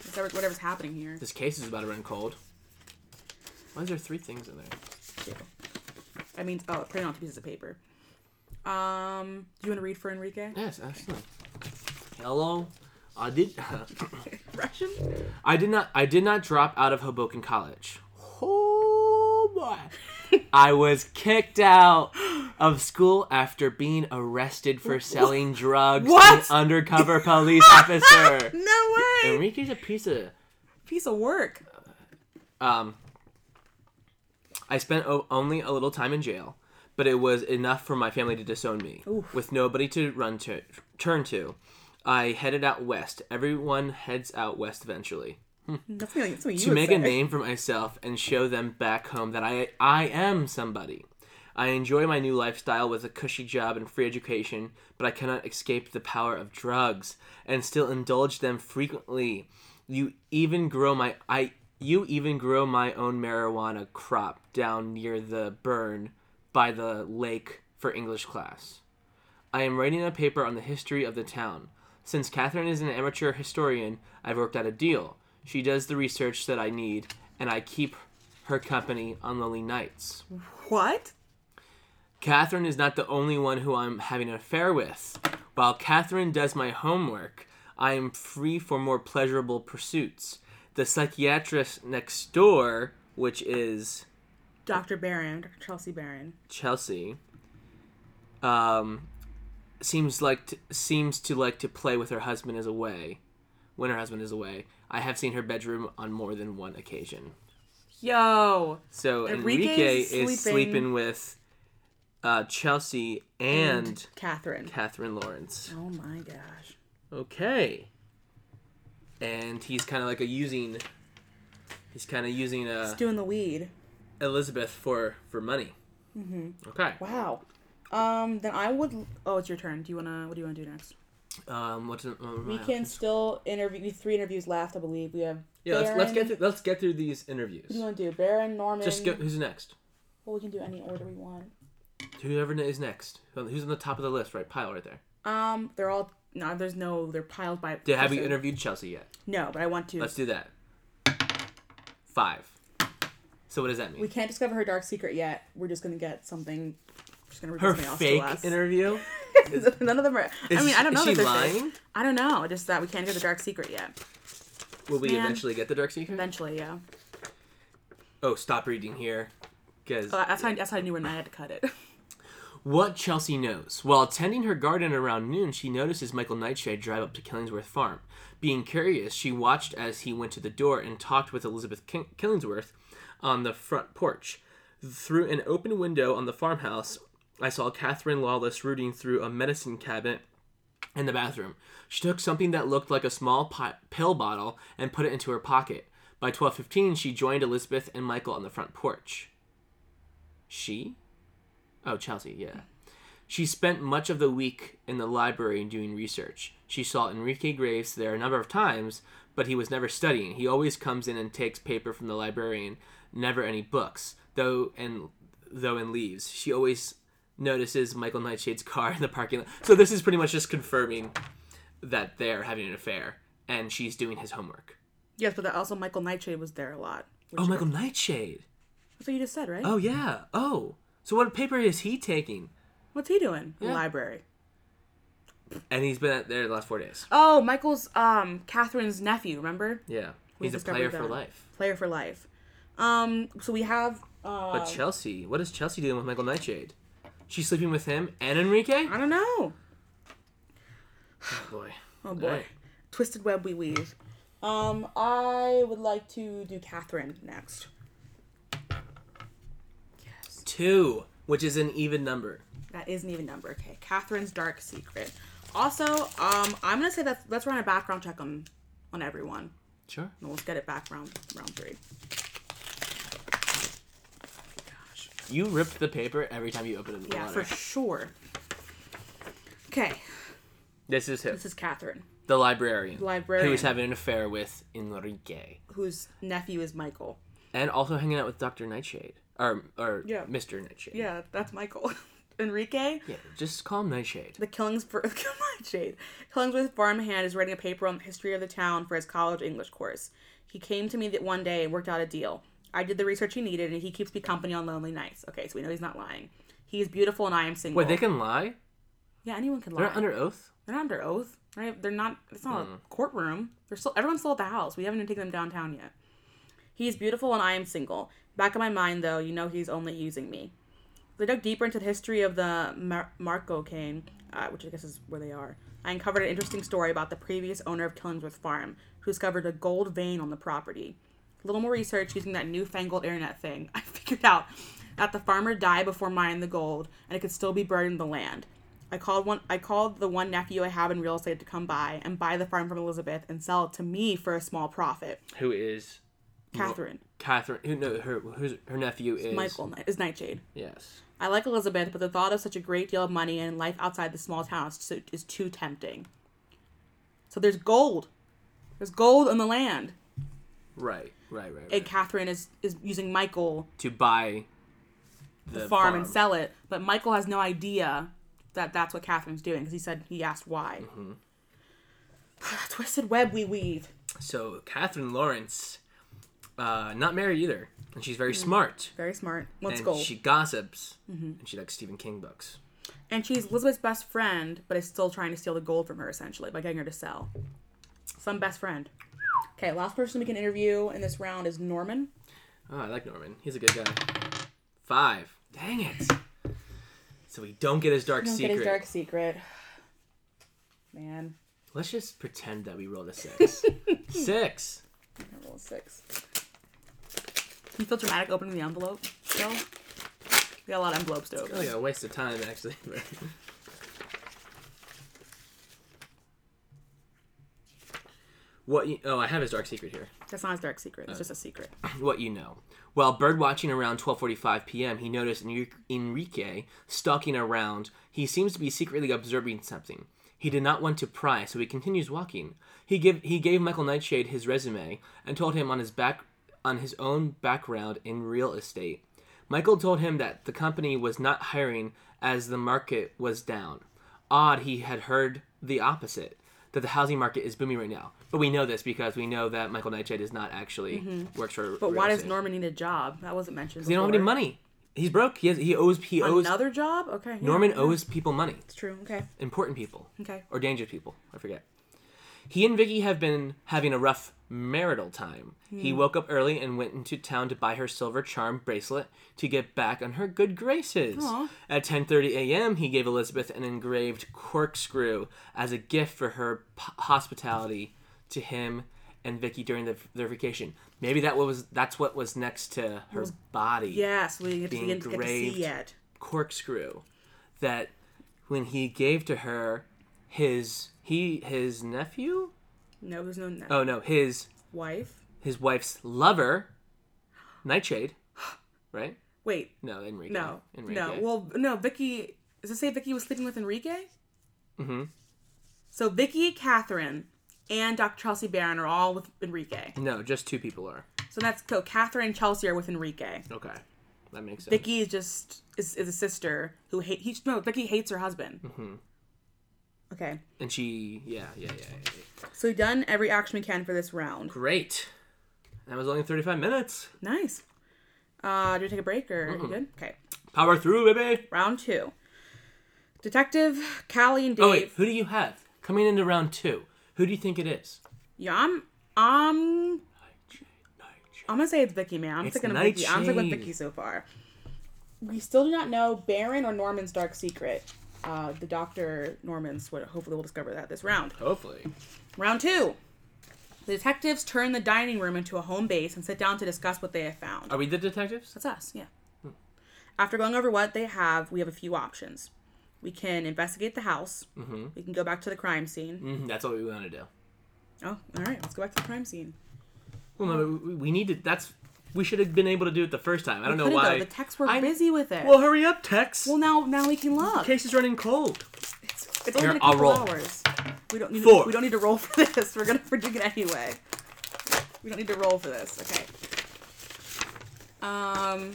S1: whatever- whatever's happening here.
S4: This case is about to run cold. Why is there three things in there?
S1: too. That means oh, print on two pieces of paper. Um, do you want to read for Enrique?
S4: Yes, excellent. Hello. I did.
S1: Russian.
S4: I did not. I did not drop out of Hoboken College. Oh boy! I was kicked out of school after being arrested for selling drugs to an
S1: What?
S4: undercover police officer.
S1: No way.
S4: Enrique's a piece of.
S1: Piece of work.
S4: Um, I spent o- only a little time in jail, but it was enough for my family to disown me. With nobody to run to, turn to, I headed out west. Everyone heads out west eventually
S1: That's something, that's something you
S4: to
S1: would
S4: make
S1: say.
S4: a name for myself and show them back home that I I am somebody. I enjoy my new lifestyle with a cushy job and free education, but I cannot escape the power of drugs and still indulge them frequently. You even grow my I you even grow my own marijuana crop down near the burn by the lake for English class. I am writing a paper on the history of the town. Since Catherine is an amateur historian, I've worked out a deal. She does the research that I need, and I keep her company on lonely nights.
S1: What?
S4: Catherine is not the only one who I'm having an affair with. While Catherine does my homework, I am free for more pleasurable pursuits. The psychiatrist next door, which is
S1: Dr. Barron, Dr. Chelsea Barron.
S4: Chelsea, um, seems like to, seems to like to play with her husband is away. When her husband is away, I have seen her bedroom on more than one occasion.
S1: Yo.
S4: So
S1: Enrique
S4: Enrique,
S1: is
S4: is,
S1: sleeping-
S4: sleeping, with uh, Chelsea and,
S1: Catherine.
S4: Catherine Lawrence.
S1: Oh my gosh.
S4: Okay. And he's kind of like a using. He's kind of using uh,
S1: Just doing the weed.
S4: Elizabeth for for money. Mm-hmm. Okay.
S1: Wow. Um, then I would. Oh, it's your turn. Do you wanna? What do you wanna do next?
S4: Um, what's the, what am I
S1: We
S4: on?
S1: can still interview. We have three interviews left, I believe. We have.
S4: Yeah, let's, let's get
S1: Barron-
S4: through, let's get through these
S1: What do you
S4: interviews.
S1: wanna do? Baron, Norman.
S4: Just go. Who's next?
S1: Well, we can do any order we want.
S4: Whoever is next. Who's on the top of the list? Right, pile right there.
S1: Um, they're all. No, there's no. They're piled by.
S4: Did, have you
S1: person.
S4: interviewed Chelsea yet?
S1: No, but I want to.
S4: Let's do that. Five. So what does that mean?
S1: We can't discover her dark secret yet. We're just gonna get something. Just gonna reveal
S4: Her
S1: something else
S4: fake
S1: to us.
S4: interview.
S1: None of them are. I
S4: Is
S1: mean, I don't
S4: she-
S1: know.
S4: is
S1: that
S4: she
S1: they're fake.
S4: lying?
S1: I don't know. Just that we can't get the dark secret yet.
S4: Will we
S1: Man.
S4: eventually get the dark secret?
S1: Eventually, yeah.
S4: Oh, stop reading here. Because
S1: But that's how, that's how I knew when I had to cut it.
S4: What Chelsea knows. While tending her garden around noon, she notices Michael Nightshade drive up to Killingsworth Farm. Being curious, she watched as he went to the door and talked with Elizabeth Kin- Killingsworth on the front porch. Through an open window on the farmhouse, I saw Catherine Lawless rooting through a medicine cabinet in the bathroom. She took something that looked like a small pot- pill bottle and put it into her pocket. By 12:15, she joined Elizabeth and Michael on the front porch. She? Oh, Chelsea, yeah. She spent much of the week in the library doing research. She saw Enrique Graves there a number of times, but he was never studying. He always comes in and takes paper from the librarian, never any books, though and though and leaves. She always notices Michael Nightshade's car in the parking lot. So this is pretty much just confirming that they're having an affair and she's doing his homework.
S1: Yes, but also Michael Nightshade was there a lot. which-
S4: Oh, Michael Nightshade.
S1: That's what you just said, right?
S4: Oh yeah. Oh. So what paper is he taking?
S1: What's he doing? in
S4: Yeah.
S1: The library.
S4: And he's been at there the last 4 days.
S1: Oh, Michael's um Catherine's nephew, remember?
S4: Yeah.
S1: We
S4: He's a
S1: discovered
S4: player for
S1: that.
S4: life.
S1: Player for life. Um, so we have uh
S4: But Chelsea, what is Chelsea doing with Michael Nightshade? She's sleeping with him and Enrique?
S1: I don't know.
S4: Oh Ah, boy.
S1: Oh boy. Twisted web we weave. Um, I would like to do Catherine next.
S4: Two, which is an even number.
S1: That is an even number. Okay, Catherine's dark secret. Also, um, I'm gonna say that let's run a background check on on everyone.
S4: Sure.
S1: And we'll get it back round round three.
S4: You ripped the paper every time you opened it. in the
S1: Yeah,
S4: letter.
S1: for sure. Okay,
S4: This is him.
S1: this is Catherine,
S4: The librarian.
S1: Librarian.
S4: Who is having an affair with Enrique.
S1: whose nephew is Michael.
S4: And also hanging out with Dr. Nightshade. Or or
S1: Yeah.
S4: Mr. Nightshade.
S1: Yeah, that's Michael. Enrique,
S4: Yeah, just call him Nightshade.
S1: the Killingsworth Shade. Killingsworth farmhand is writing a paper on the history of the town for his college English course. He came to me that one day and worked out a deal. I did the research he needed, and he keeps me company on lonely nights. Okay, so we know he's not lying. He is beautiful, and I am single.
S4: Wait, they can lie?
S1: yeah, anyone can lie.
S4: They're not under oath?
S1: They're not under oath, right? They're not. It's not a courtroom. They're still. Everyone's still at the house. We haven't even taken them downtown yet. He's beautiful and I am single. Back of my mind, though, you know he's only using me. They dug deeper into the history of the Mar- Marco cane, uh, which I guess is where they are. I uncovered an interesting story about the previous owner of Killingsworth Farm, who discovered a gold vein on the property. A little more research using that newfangled internet thing, I figured out that the farmer died before mining the gold, and it could still be buried in the land. I called one. I called the one nephew I have in real estate to come by and buy the farm from Elizabeth and sell it to me for a small profit.
S4: Who is
S1: Catherine,
S4: Catherine? Who no? Her who's, her nephew is
S1: Michael Ni- is Nightshade.
S4: Yes.
S1: I like Elizabeth, but the thought of such a great deal of money and life outside the small town is too, is too tempting. So there's gold. There's gold on the land.
S4: Right. Right. Right.
S1: And
S4: right.
S1: Catherine is, is using Michael,
S4: to buy
S1: the, farm, and sell it. But Michael has no idea that that's what Catherine's doing because he said he asked why.
S4: Mm-hmm.
S1: Twisted web we weave.
S4: So Catherine Lawrence, uh, not married either, and she's
S1: Mm.
S4: very smart.
S1: Very smart. What's
S4: and
S1: gold?
S4: she gossips,
S1: Mm-hmm.
S4: and she likes Stephen King books.
S1: and she's Elizabeth's best friend, but is still trying to steal the gold from her essentially by getting her to sell. Some best friend. Okay, last person we can interview in this round is Norman.
S4: Oh, I like Norman. He's a good guy. Five. Dang it. So we don't get his dark
S1: Don't
S4: secret.
S1: Get his dark secret. Man,
S4: Let's just pretend that we rolled a six. six.
S1: I rolled a six. You feel dramatic opening the envelope still? We got a lot of envelopes to
S4: Like
S1: open.
S4: Oh, a waste of time, actually. but- what? You, oh, I have his dark secret here.
S1: That's not his dark secret.
S4: Uh,
S1: It's just a secret.
S4: what you know. While bird watching around 12:45 p.m., he noticed Enri- Enrique stalking around. He seems to be secretly observing something. He did not want to pry, so he continues walking. He give he gave Michael Nightshade his resume and told him on his back on his own background in real estate. Michael told him that the company was not hiring as the market was down. Odd he had heard the opposite that the housing market is booming right now. But we know this because we know that Michael Nightshade is not actually works for.
S1: But why does
S4: Norman?
S1: Norman need a job? That wasn't mentioned.
S4: They don't have any money. He's broke. He has, he owes he owes
S1: Another job? Okay. yeah,
S4: Norman
S1: yeah.
S4: owes people money.
S1: It's true. Okay.
S4: Important people.
S1: Okay.
S4: Or dangerous people. I forget. He and Vicky have been having a rough marital time. He woke up early and went into town to buy her silver charm bracelet to get back on her good graces.
S1: Aw.
S4: At 10:30 a.m., he gave Elizabeth an engraved corkscrew as a gift for her p- hospitality to him and Vicky during the, their vacation. Maybe that was that's what was next to her body.
S1: Yes, we didn't get to
S4: Being
S1: get to see
S4: engraved.
S1: yet.
S4: Corkscrew. that when he gave to her his he his nephew?
S1: No, there's no no.
S4: Oh no, his
S1: wife.
S4: his wife's lover, Nightshade, right?
S1: Wait,
S4: No, Enrique.
S1: no,
S4: Oh, Enrique.
S1: no. Well, no. Vicky. Does it say Vicky was sleeping with Enrique? Mm-hmm. So Vicky, Catherine, and Dr. Chelsea Barron are all with Enrique.
S4: no, just two people are.
S1: So that's so Catherine and Chelsea are with Enrique.
S4: Okay, that makes sense.
S1: Vicky is just is, is a sister who hate he no Vicky hates her husband.
S4: Mm-hmm.
S1: Okay,
S4: And she, yeah, yeah, yeah, yeah, yeah.
S1: so we've done every action we can for this round.
S4: Great. That was only 35 minutes.
S1: Nice. Uh, do we take a break or you good? Okay,
S4: Power through, baby.
S1: round two. Detective Callie and Dave.
S4: Oh, wait, who do you have? Coming into round two, who do you think it is?
S1: Yeah, I'm um
S4: Nightshade, Nightshade.
S1: I'm gonna say it's Vicky, man. I'm
S4: It's
S1: sticking with Vicky. I'm sticking with
S4: Nightshade.
S1: Vicky so far. We still do not know Baron or Norman's dark secret. Uh, the Doctor Norman's. What hopefully we'll discover that this round.
S4: Hopefully.
S1: Round two. The detectives turn the dining room into a home base and sit down to discuss what they have found.
S4: Are we the detectives?
S1: That's us, yeah.
S4: Hmm.
S1: After going over what they have, we have a few options. We can investigate the house. Mm-hmm. We can go back to the crime scene.
S4: hmm that's what we want to do.
S1: Oh, all right. Let's go back to the crime scene.
S4: Well, no, we, we need to. That's. We should have been able to do it the first time. I don't know
S1: Couldn't
S4: why.
S1: go. The texts were
S4: I-
S1: busy with it.
S4: Well, hurry up, Tex.
S1: Well, now now we can look.
S4: Case is running cold.
S1: It's, it's only
S4: Here,
S1: been a
S4: I'll
S1: couple
S4: roll.
S1: hours. We don't need
S4: Four.
S1: To, we don't need to roll for this. We're gonna we're doing it anyway. We don't need to roll for this. Okay. Um.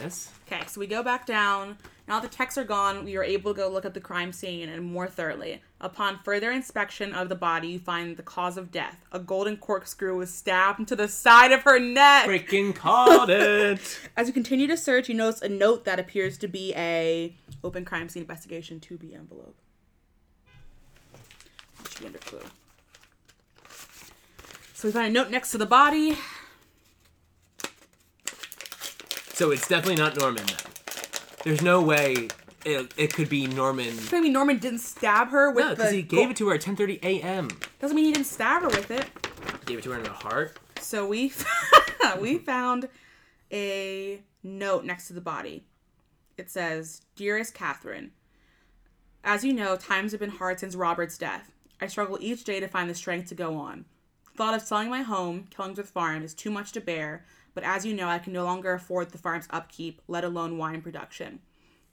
S4: Yes.
S1: Okay, so we go back down. Now the texts are gone, we are able to go look at the crime scene and more thoroughly. Upon further inspection of the body, you find the cause of death. A golden corkscrew was stabbed into the side of her neck.
S4: Freaking called it.
S1: As you continue to search, you notice a note that appears to be a open crime scene investigation to be envelope. It should be under clue. So we find a note next to the body.
S4: So it's definitely not Norman then. There's no way it, it could be Norman.
S1: I mean, Norman didn't stab her with
S4: No,
S1: the.
S4: because he gave it to her at 10:30 a.m.
S1: Doesn't mean he didn't stab her with it.
S4: Gave it to her in her heart.
S1: So we we found a note next to the body. It says, "Dearest Catherine, as you know, times have been hard since Robert's death. I struggle each day to find the strength to go on. The thought of selling my home, Killingsworth Farm, is too much to bear. But as you know, I can no longer afford the farm's upkeep, let alone wine production.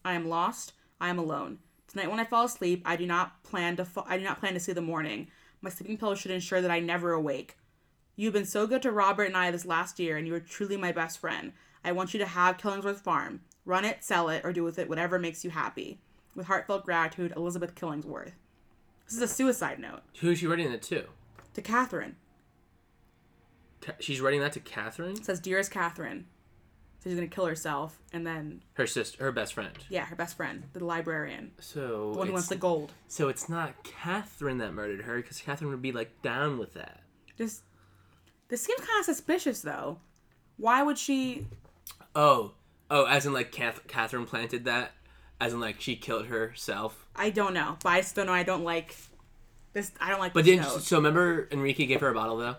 S1: I am lost. I am alone. Tonight, when I fall asleep, I do not plan to. Fa- I do not plan to see the morning. My sleeping pills should ensure that I never awake. You've been so good to Robert and I this last year, and you are truly my best friend. I want you to have Killingsworth Farm. Run it, sell it, or do with it whatever makes you happy. With heartfelt gratitude, Elizabeth Killingsworth. This is a suicide note
S4: Who's she writing it to?
S1: to Catherine.
S4: Ca- She's writing that to Catherine,
S1: It says, "Dearest Catherine," so she's gonna kill herself, and then
S4: her sister, her best friend.
S1: yeah, her best friend, the librarian,
S4: So
S1: the one who
S4: it's,
S1: wants the gold.
S4: so it's not Catherine that murdered her, because Catherine would be like down with that.
S1: Just this seems kind of suspicious, though. Why would she?
S4: Oh, oh, as in like Cath- Catherine planted that, as in like she killed herself.
S1: I don't know, but I still know I don't like this. I don't like.
S4: But
S1: this
S4: didn't
S1: note.
S4: so remember Enrique gave her a bottle though.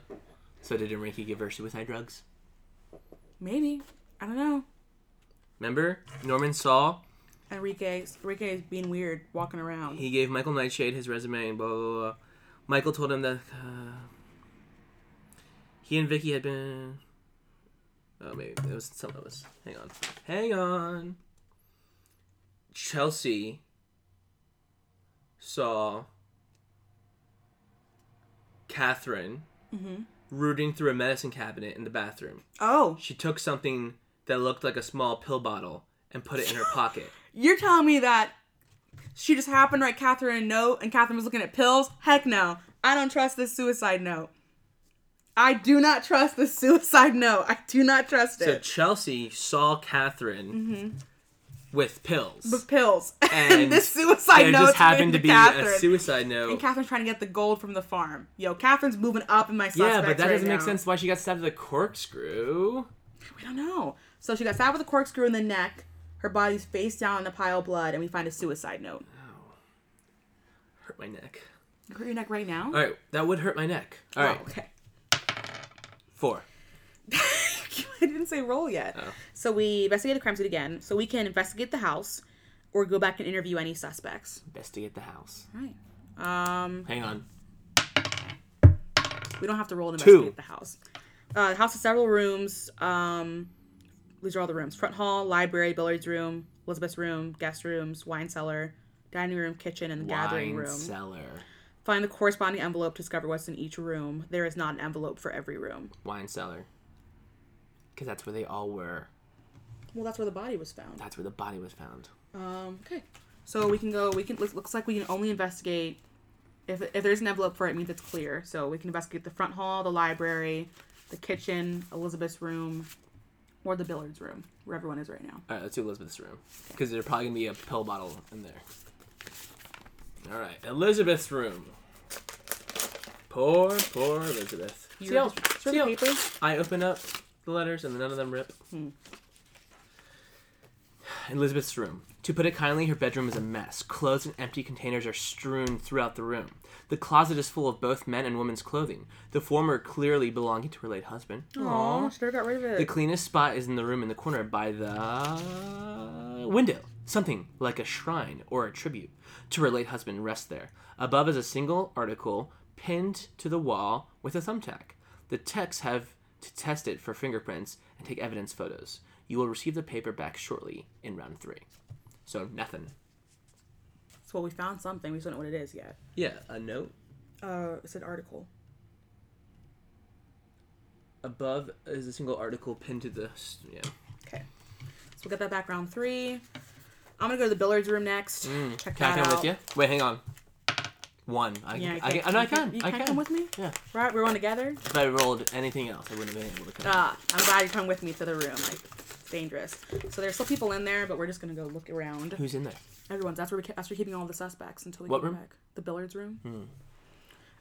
S4: So did Enrique give her suicide drugs?
S1: maybe I don't know.
S4: Remember Norman saw
S1: Enrique Enrique is being weird walking around.
S4: he gave Michael Nightshade his resume and blah blah blah. Michael told him that uh, he and Vicky had been. Oh, maybe it was some of us. Hang on, hang on. Chelsea saw Catherine rooting through a medicine cabinet in the bathroom.
S1: oh,
S4: She took something that looked like a small pill bottle and put it in her pocket.
S1: you're telling me that she just happened to write Catherine a note and Catherine was looking at pills? Heck no. I don't trust this suicide note. I do not trust this suicide note. I do not trust
S4: So
S1: it. Mm-hmm.
S4: Chelsea saw Catherine with pills.
S1: With pills. And,
S4: And
S1: this suicide
S4: there
S1: note
S4: just happened to be
S1: Catherine.
S4: a suicide note.
S1: and Catherine's trying to get the gold from the farm. Yo, Catherine's moving up in my suspects
S4: yeah, but that
S1: right
S4: doesn't make
S1: now.
S4: sense why she got stabbed with a corkscrew.
S1: We don't know. So she got stabbed with a corkscrew in the neck. Her body's face down in a pile of blood, and we find a suicide note.
S4: Hurt my neck.
S1: Hurt your neck right now?
S4: All right, that would hurt my neck. All right,
S1: Oh, okay.
S4: four. Oh.
S1: I didn't say roll yet. So we investigate the crime scene again. So we can investigate the house. or go back and interview any suspects.
S4: Investigate the house.
S1: All right. Um,
S4: Hang on.
S1: we don't have to roll to
S4: Two.
S1: investigate the house. Uh, the house has several rooms. Um, these are all the rooms: front hall, library, billiards room, Elizabeth's room, guest rooms, wine cellar, dining room, kitchen, and the gathering
S4: Wine
S1: room.
S4: cellar.
S1: Find the corresponding envelope to discover what's in each room. There is not an envelope for every room.
S4: Wine cellar. Because that's where they all were.
S1: Well, that's where the body was found.
S4: That's where the body was found.
S1: Um, okay. So we can go. We can. Looks looks like we can only investigate. If, if there's an envelope for it, it means it's clear. So we can investigate the front hall, the library, the kitchen, Elizabeth's room, or the billiards room, where everyone is right now.
S4: All right, let's do Elizabeth's room because there's probably gonna be a pill bottle in there. All right, Elizabeth's room. Poor, poor Elizabeth.
S1: You
S4: See
S1: wrote
S4: how-
S1: this- you
S4: see
S1: wrote the
S4: how
S1: papers? Hmm.
S4: I open up the letters and none of them rip. Elizabeth's room. To put it kindly, her bedroom is a mess. Clothes and empty containers are strewn throughout the room. The closet is full of both men and women's clothing. The former clearly belonging to her late husband.
S1: Oh, should have got rid of
S4: The
S1: it.
S4: cleanest spot is in the room in the corner by the window. Something like a shrine or a tribute to her late husband rests there. Above is a single article pinned to the wall with a thumbtack. The techs have to test it for fingerprints and take evidence photos. You will receive the paper back shortly in round three. So nothing.
S1: so well, we found something. We just don't know what it is yet.
S4: Yeah, a note
S1: Uh, it's an article.
S4: above is a single article pinned to the yeah.
S1: Okay. So we'll get that back round three. I'm gonna go to the billiards room next. Check
S4: Mm. Can
S1: that
S4: I come
S1: out.
S4: with you? Wait, hang on. One. I
S1: Yeah,
S4: can, I can, I, no, I can.
S1: You
S4: I
S1: can,
S4: can.
S1: come with me.
S4: Yeah.
S1: Right, we're on together.
S4: If I rolled anything else, I wouldn't have been able to come.
S1: Ah, I'm glad you come with me to the room. Like, it's dangerous. So there's still people in there, but we're just gonna go look around.
S4: Who's in there?
S1: Everyone's. That's where we, that's where we're keeping all the suspects until we
S4: What
S1: get
S4: room? Hmm.
S1: back. The billiards room.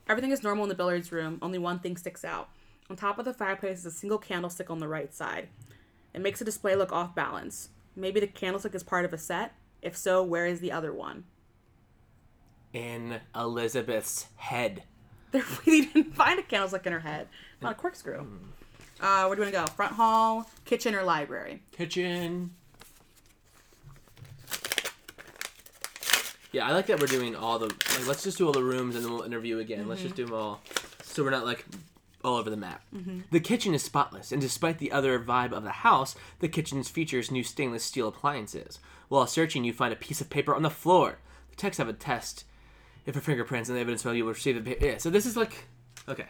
S1: Everything is normal in the billiards room. Only one thing sticks out. On top of the fireplace is a single candlestick on the right side. It makes the display look off balance. Maybe the candlestick is part of a set. If so, where is the other one?
S4: In Elizabeth's head.
S1: There, we didn't find a candlestick in her head. Not a corkscrew.
S4: Hmm.
S1: Uh, where do you want to go? Front hall, kitchen, or library?
S4: Kitchen. Yeah, I like that we're doing all the. Like, let's just do all the rooms and then we'll interview again. Let's
S1: Mm-hmm.
S4: just do them all, so we're not like all over the map. The kitchen is spotless, and despite the other vibe of the house, the kitchen features new stainless steel appliances. While searching, you find a piece of paper on the floor. The techs have a test. If her fingerprints and the evidence value will receive the pa- yeah. So this is like, okay,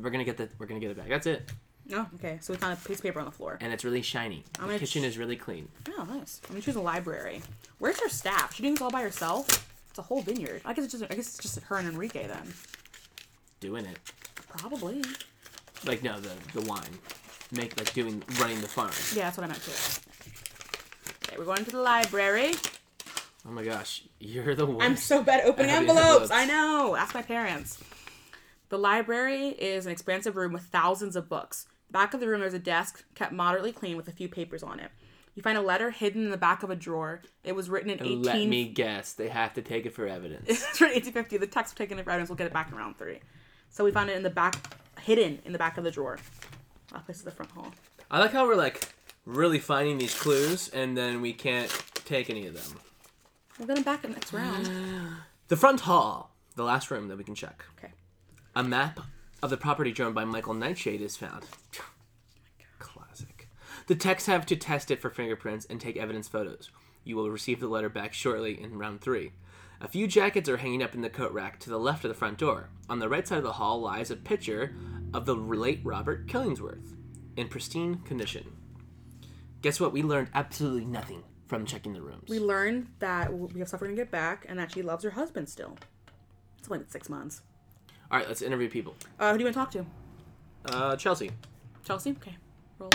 S4: we're gonna get the we're gonna get it back. That's it,
S1: Oh, okay. So we found a piece of paper on the floor.
S4: and it's really shiny.
S1: I'm
S4: the
S1: gonna
S4: kitchen
S1: ch-
S4: is really clean.
S1: Oh, nice. I'm gonna choose a library. Where's her staff? She doing this all by herself? It's a whole vineyard. I guess it's just I guess it's just her and Enrique then.
S4: Doing it.
S1: Probably.
S4: like no the the wine make like doing running the farm
S1: Yeah, that's what I meant too. Okay, we're going to the library.
S4: oh my gosh you're the one
S1: I'm so bad at opening
S4: I have the
S1: envelopes.
S4: envelopes.
S1: I know. Ask my parents. The library is an expansive room with thousands of books. Back of the room, there's a desk kept moderately clean with a few papers on it. You find a letter hidden in the back of a drawer. It was written in 18...
S4: let me guess they have to take it for evidence
S1: it's from 1850. The text taken in evidence. We'll get it back in round three. So we found it in the back, hidden in the back of the drawer. I'll place it in the front hall.
S4: i like how we're like really finding these clues and then we can't take any of them
S1: We'll get it back in the next round.
S4: the front hall the last room that we can check
S1: Okay.
S4: a map of the property drawn by michael nightshade is found classic the techs have to test it for fingerprints and take evidence photos you will receive the letter back shortly in round three A few jackets are hanging up in the coat rack to the left of the front door. On the right side of the hall lies a picture of the late Robert Killingsworth in pristine condition. Guess what? We learned absolutely nothing from checking the rooms.
S1: We learned that we have stuff we're gonna get back, and that she loves her husband still. It's only been six months.
S4: All right, let's interview people.
S1: Uh, who do you want to talk to?
S4: Uh, Chelsea,
S1: Chelsea. Okay. Roll.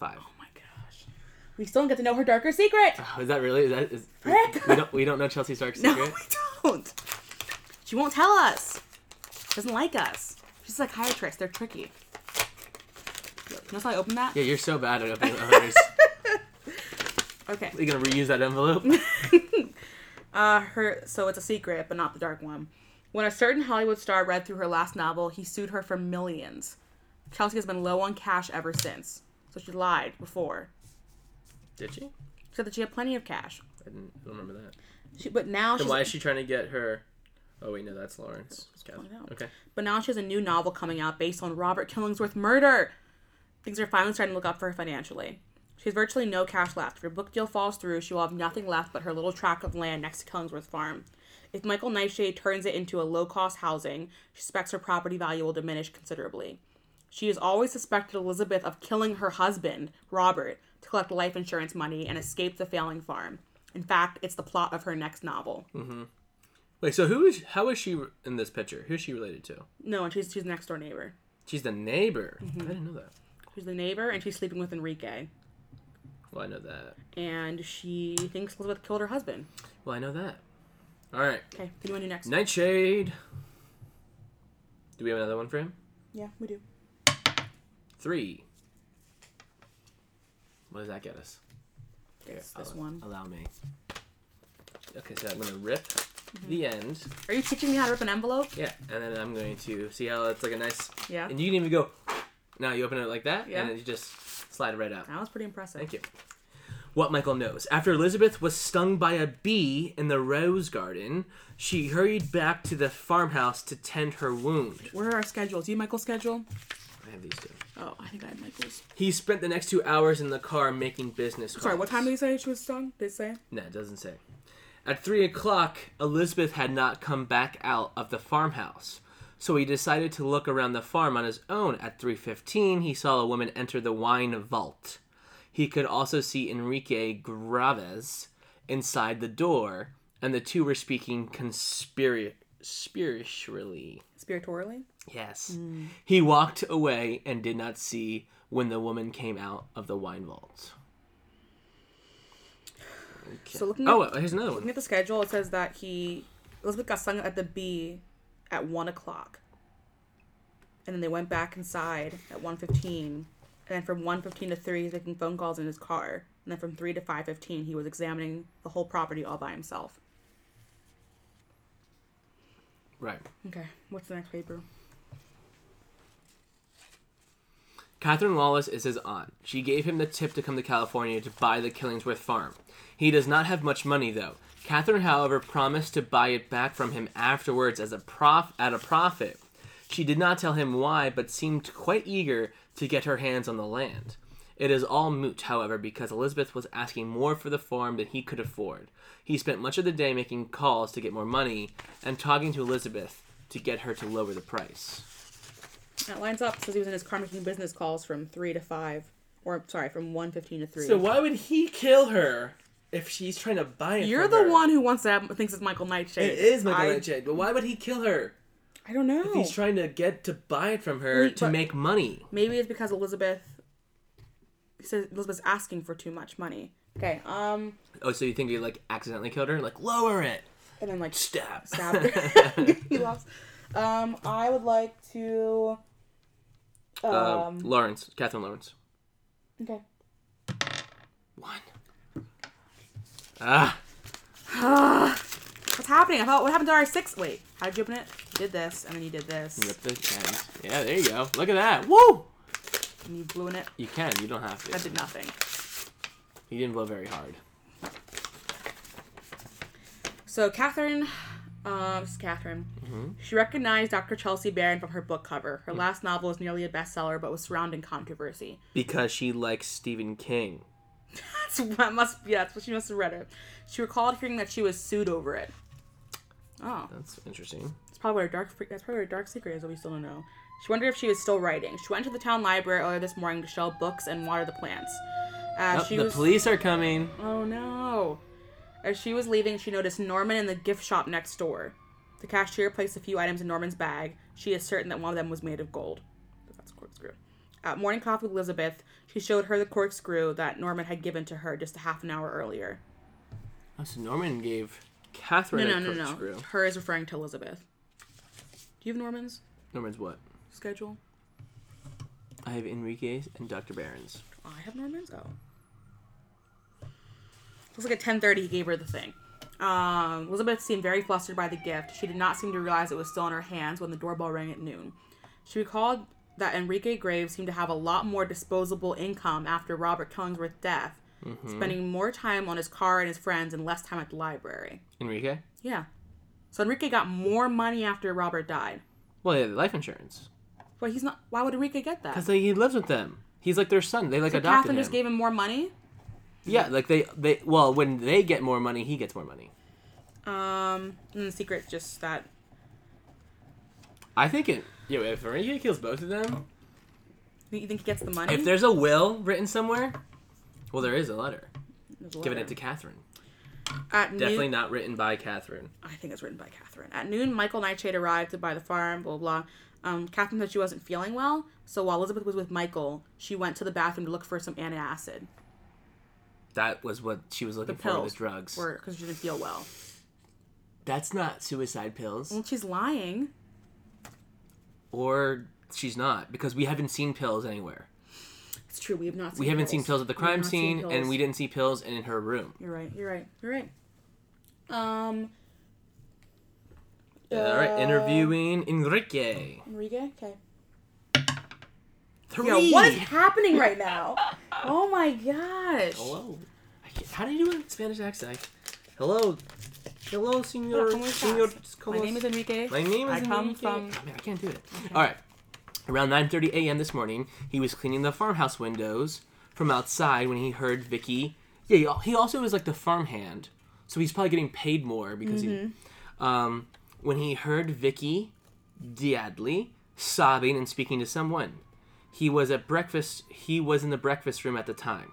S4: five.
S1: Oh my gosh. We still don't get to know her darker secret.
S4: Oh, is that really? Is that is?
S1: Frick.
S4: We don't. We don't know Chelsea Stark's
S1: No,
S4: secret.
S1: we don't. She won't tell us. Doesn't like us. She's a psychiatrist. They're tricky. Look, Notice how I opened that?
S4: Yeah, you're so bad at opening envelopes.
S1: Okay.
S4: Are you gonna reuse that envelope?
S1: Uh, her. So it's a secret, but not the dark one. When a certain Hollywood star read through her last novel, he sued her for millions. Chelsea has been low on cash ever since. So she lied before.
S4: Did she?
S1: She said that she had plenty of cash.
S4: I, didn't, I don't remember that.
S1: She, but now
S4: Then
S1: she's
S4: why is she trying to get her? Oh wait, no, that's Lawrence. Catherine.
S1: point out.
S4: Okay.
S1: But now she has a new novel coming out based on Robert Killingsworth murder. Things are finally starting to look up for her financially. She has virtually no cash left. If her book deal falls through, she will have nothing left but her little tract of land next to Killingsworth Farm. If Michael Nightshade turns it into a low cost housing, she suspects her property value will diminish considerably. She has always suspected Elizabeth of killing her husband, Robert, to collect life insurance money and escape the failing farm. In fact, it's the plot of her next novel.
S4: Wait, so who is? How is she in this picture? Who's she related to?
S1: No, and she's she's next door neighbor.
S4: She's the neighbor.
S1: Mm-hmm.
S4: I didn't know that.
S1: She's the neighbor, and she's sleeping with Enrique.
S4: Well, I know that.
S1: and she thinks Elizabeth killed her husband.
S4: Well, I know that. All right,
S1: Okay, who do you want to do next?
S4: Nightshade. Do we have another one for him?
S1: Yeah, we do.
S4: Three. What does that get us?
S1: It's
S4: Here,
S1: this
S4: allow-
S1: one.
S4: Allow me. Okay, so I'm gonna rip
S1: Mm-hmm.
S4: the end.
S1: Are you teaching me how to rip an envelope?
S4: Yeah, and then I'm going to see how it's like a nice.
S1: Yeah.
S4: And you can even go. Now you open it like that,
S1: Yeah. Oh.
S4: and then you just slide it right out.
S1: That was pretty impressive.
S4: Thank you. What Michael knows. After Elizabeth was stung by a bee in the rose garden, she hurried back to the farmhouse to tend her wound.
S1: Where are our schedules? You Michael's schedule?
S4: I have these two.
S1: Oh, I think I had Michael's.
S4: He spent the next two hours in the car making business
S1: Sorry, what
S4: calls.
S1: time did you say she was stung? Did it say?
S4: No, it doesn't say. At three o'clock, Elizabeth had not come back out of the farmhouse, so he decided to look around the farm on his own. At three fifteen, he saw a woman enter the wine vault. He could also see Enrique Graves inside the door, and the two were speaking conspira- spiritually.
S1: Spiritorally?
S4: Yes. He walked away and did not see when the woman came out of the wine vault.
S1: So looking at,
S4: Oh, here's another one.
S1: looking at the schedule, it says that he Elizabeth got stung at the bee at one o'clock. And then they went back inside at 1.15. And then from 1.15 to 3, he's making phone calls in his car. And then from 3 to 5.15, he was examining the whole property all by himself.
S4: Right.
S1: Okay, what's the next paper?
S4: Catherine Wallace is his aunt. She gave him the tip to come to California to buy the Killingsworth farm. He does not have much money though. Catherine, however, promised to buy it back from him afterwards as a prof at a profit. She did not tell him why, but seemed quite eager to get her hands on the land. It is all moot, however, because Elizabeth was asking more for the farm than he could afford. He spent much of the day making calls to get more money and talking to Elizabeth to get her to lower the price.
S1: That lines up. Says he was in his car making business calls from three to five, or sorry, from one fifteen to three.
S4: So why would he kill her if she's trying to buy it?
S1: You're
S4: from
S1: the
S4: her?
S1: one who wants that thinks it's Michael Nightshade.
S4: It is Michael
S1: I-
S4: Nightshade, but why would he kill her?
S1: I don't know.
S4: He's trying to get to buy it from her
S1: Wait,
S4: to
S1: but-
S4: make money.
S1: Maybe it's because Elizabeth says Elizabeth's asking for too much money. Okay, um,
S4: Oh, so you think he like accidentally killed her? Like lower it,
S1: and then like
S4: stab.
S1: stab her. he lost. Um, I would like to. Um,
S4: Um, Lawrence, Catherine Lawrence.
S1: okay.
S4: One. Ah,
S1: What's happening? I thought what happened to our six? Wait, how did you open it? You did this, and then you did this,
S4: rip the end. Yeah, there you go. Look at that. Woo!
S1: and you blew in it.
S4: You can. You don't have
S1: I
S4: to.
S1: did nothing.
S4: He didn't blow very hard.
S1: So Catherine, um, this is Catherine. She recognized Dr. Chelsea Barron from her book cover. Her last novel was nearly a bestseller, but was surrounding controversy.
S4: Because she likes Stephen King.
S1: That's what must be. That's what she must have read it. She recalled hearing that she was sued over it. Oh,
S4: That's interesting.
S1: that's probably what her dark. fre- That's probably what her dark secret is that we still don't know. She wondered if she was still writing. She went to the town library earlier this morning to show books and water the plants. As
S4: Oh,
S1: she
S4: the
S1: was,
S4: police are coming.
S1: Oh no. As she was leaving, she noticed Norman in the gift shop next door. The cashier placed a few items in Norman's bag. She is certain that one of them was made of gold. But that's a corkscrew. At morning coffee with Elizabeth, she showed her the corkscrew that Norman had given to her just a half an hour earlier.
S4: Oh, so Norman gave Catherine
S1: No,
S4: a
S1: no, no, no.
S4: corkscrew.
S1: Her is referring to Elizabeth. Do you have Norman's
S4: Norman's what?
S1: schedule?
S4: I have Enrique's and Dr. Barron's.
S1: I have Norman's. Oh, looks like at ten thirty he gave her the thing. Um, Elizabeth seemed very flustered by the gift. She did not seem to realize it was still in her hands when the doorbell rang at noon. She recalled that Enrique Graves seemed to have a lot more disposable income after Robert Killingsworth's death spending more time on his car and his friends and less time at the library.
S4: Enrique?
S1: Yeah. So Enrique got more money after Robert died.
S4: Well, yeah, life insurance.
S1: But he's not. Why would Enrique get that?
S4: Because he lives with them. He's like their son. They like
S1: So
S4: adopted
S1: Catherine
S4: him.
S1: just gave him more money.
S4: yeah, like they they well when they get more money, he gets more money.
S1: Um, and the secret's just that.
S4: I think it. Yo, if Enrique kills both of them,
S1: You think he gets the money?
S4: if there's a will written somewhere, well, there is a letter
S1: There's a
S4: given it
S1: letter.
S4: to Catherine.
S1: At
S4: Definitely
S1: noon,
S4: not written by Catherine.
S1: I think it's written by Catherine. At noon, Michael Nightshade arrived to buy the farm. Blah blah. blah. Um, Catherine said she wasn't feeling well, so while Elizabeth was with Michael, she went to the bathroom to look for some antacid.
S4: That was what she was looking
S1: The
S4: for. Was
S1: pills
S4: drugs.
S1: Or because she didn't feel well.
S4: That's not suicide pills.
S1: Well, she's lying.
S4: or she's not because we haven't seen pills anywhere.
S1: It's true. We have not. Seen
S4: We haven't seen pills at the
S1: We have
S4: crime
S1: not seen
S4: scene, and
S1: pills.
S4: we didn't see pills in her room.
S1: You're right. You're right. You're right. Um,
S4: All right, interviewing Enrique.
S1: Enrique. Okay.
S4: Three.
S1: Yeah, what is happening right now? Oh my gosh.
S4: Hello. I can't- How do you do it in Spanish accent? Hello. Hello, senor.
S1: ¿Cómo estás?
S4: senor
S1: My
S4: ¿cómo
S1: name is
S4: es-
S1: Enrique.
S4: My name is
S1: I come
S4: Enrique.
S1: from.
S4: Oh, man, I can't do it. All right. Around 9:30 a.m. this morning, he was cleaning the farmhouse windows from outside when he heard Vicky. Yeah, he al- he also is like the farmhand, so he's probably getting paid more because he. Um, when he heard Vicky Diadley sobbing and speaking to someone, he was at breakfast. He was in the breakfast room at the time.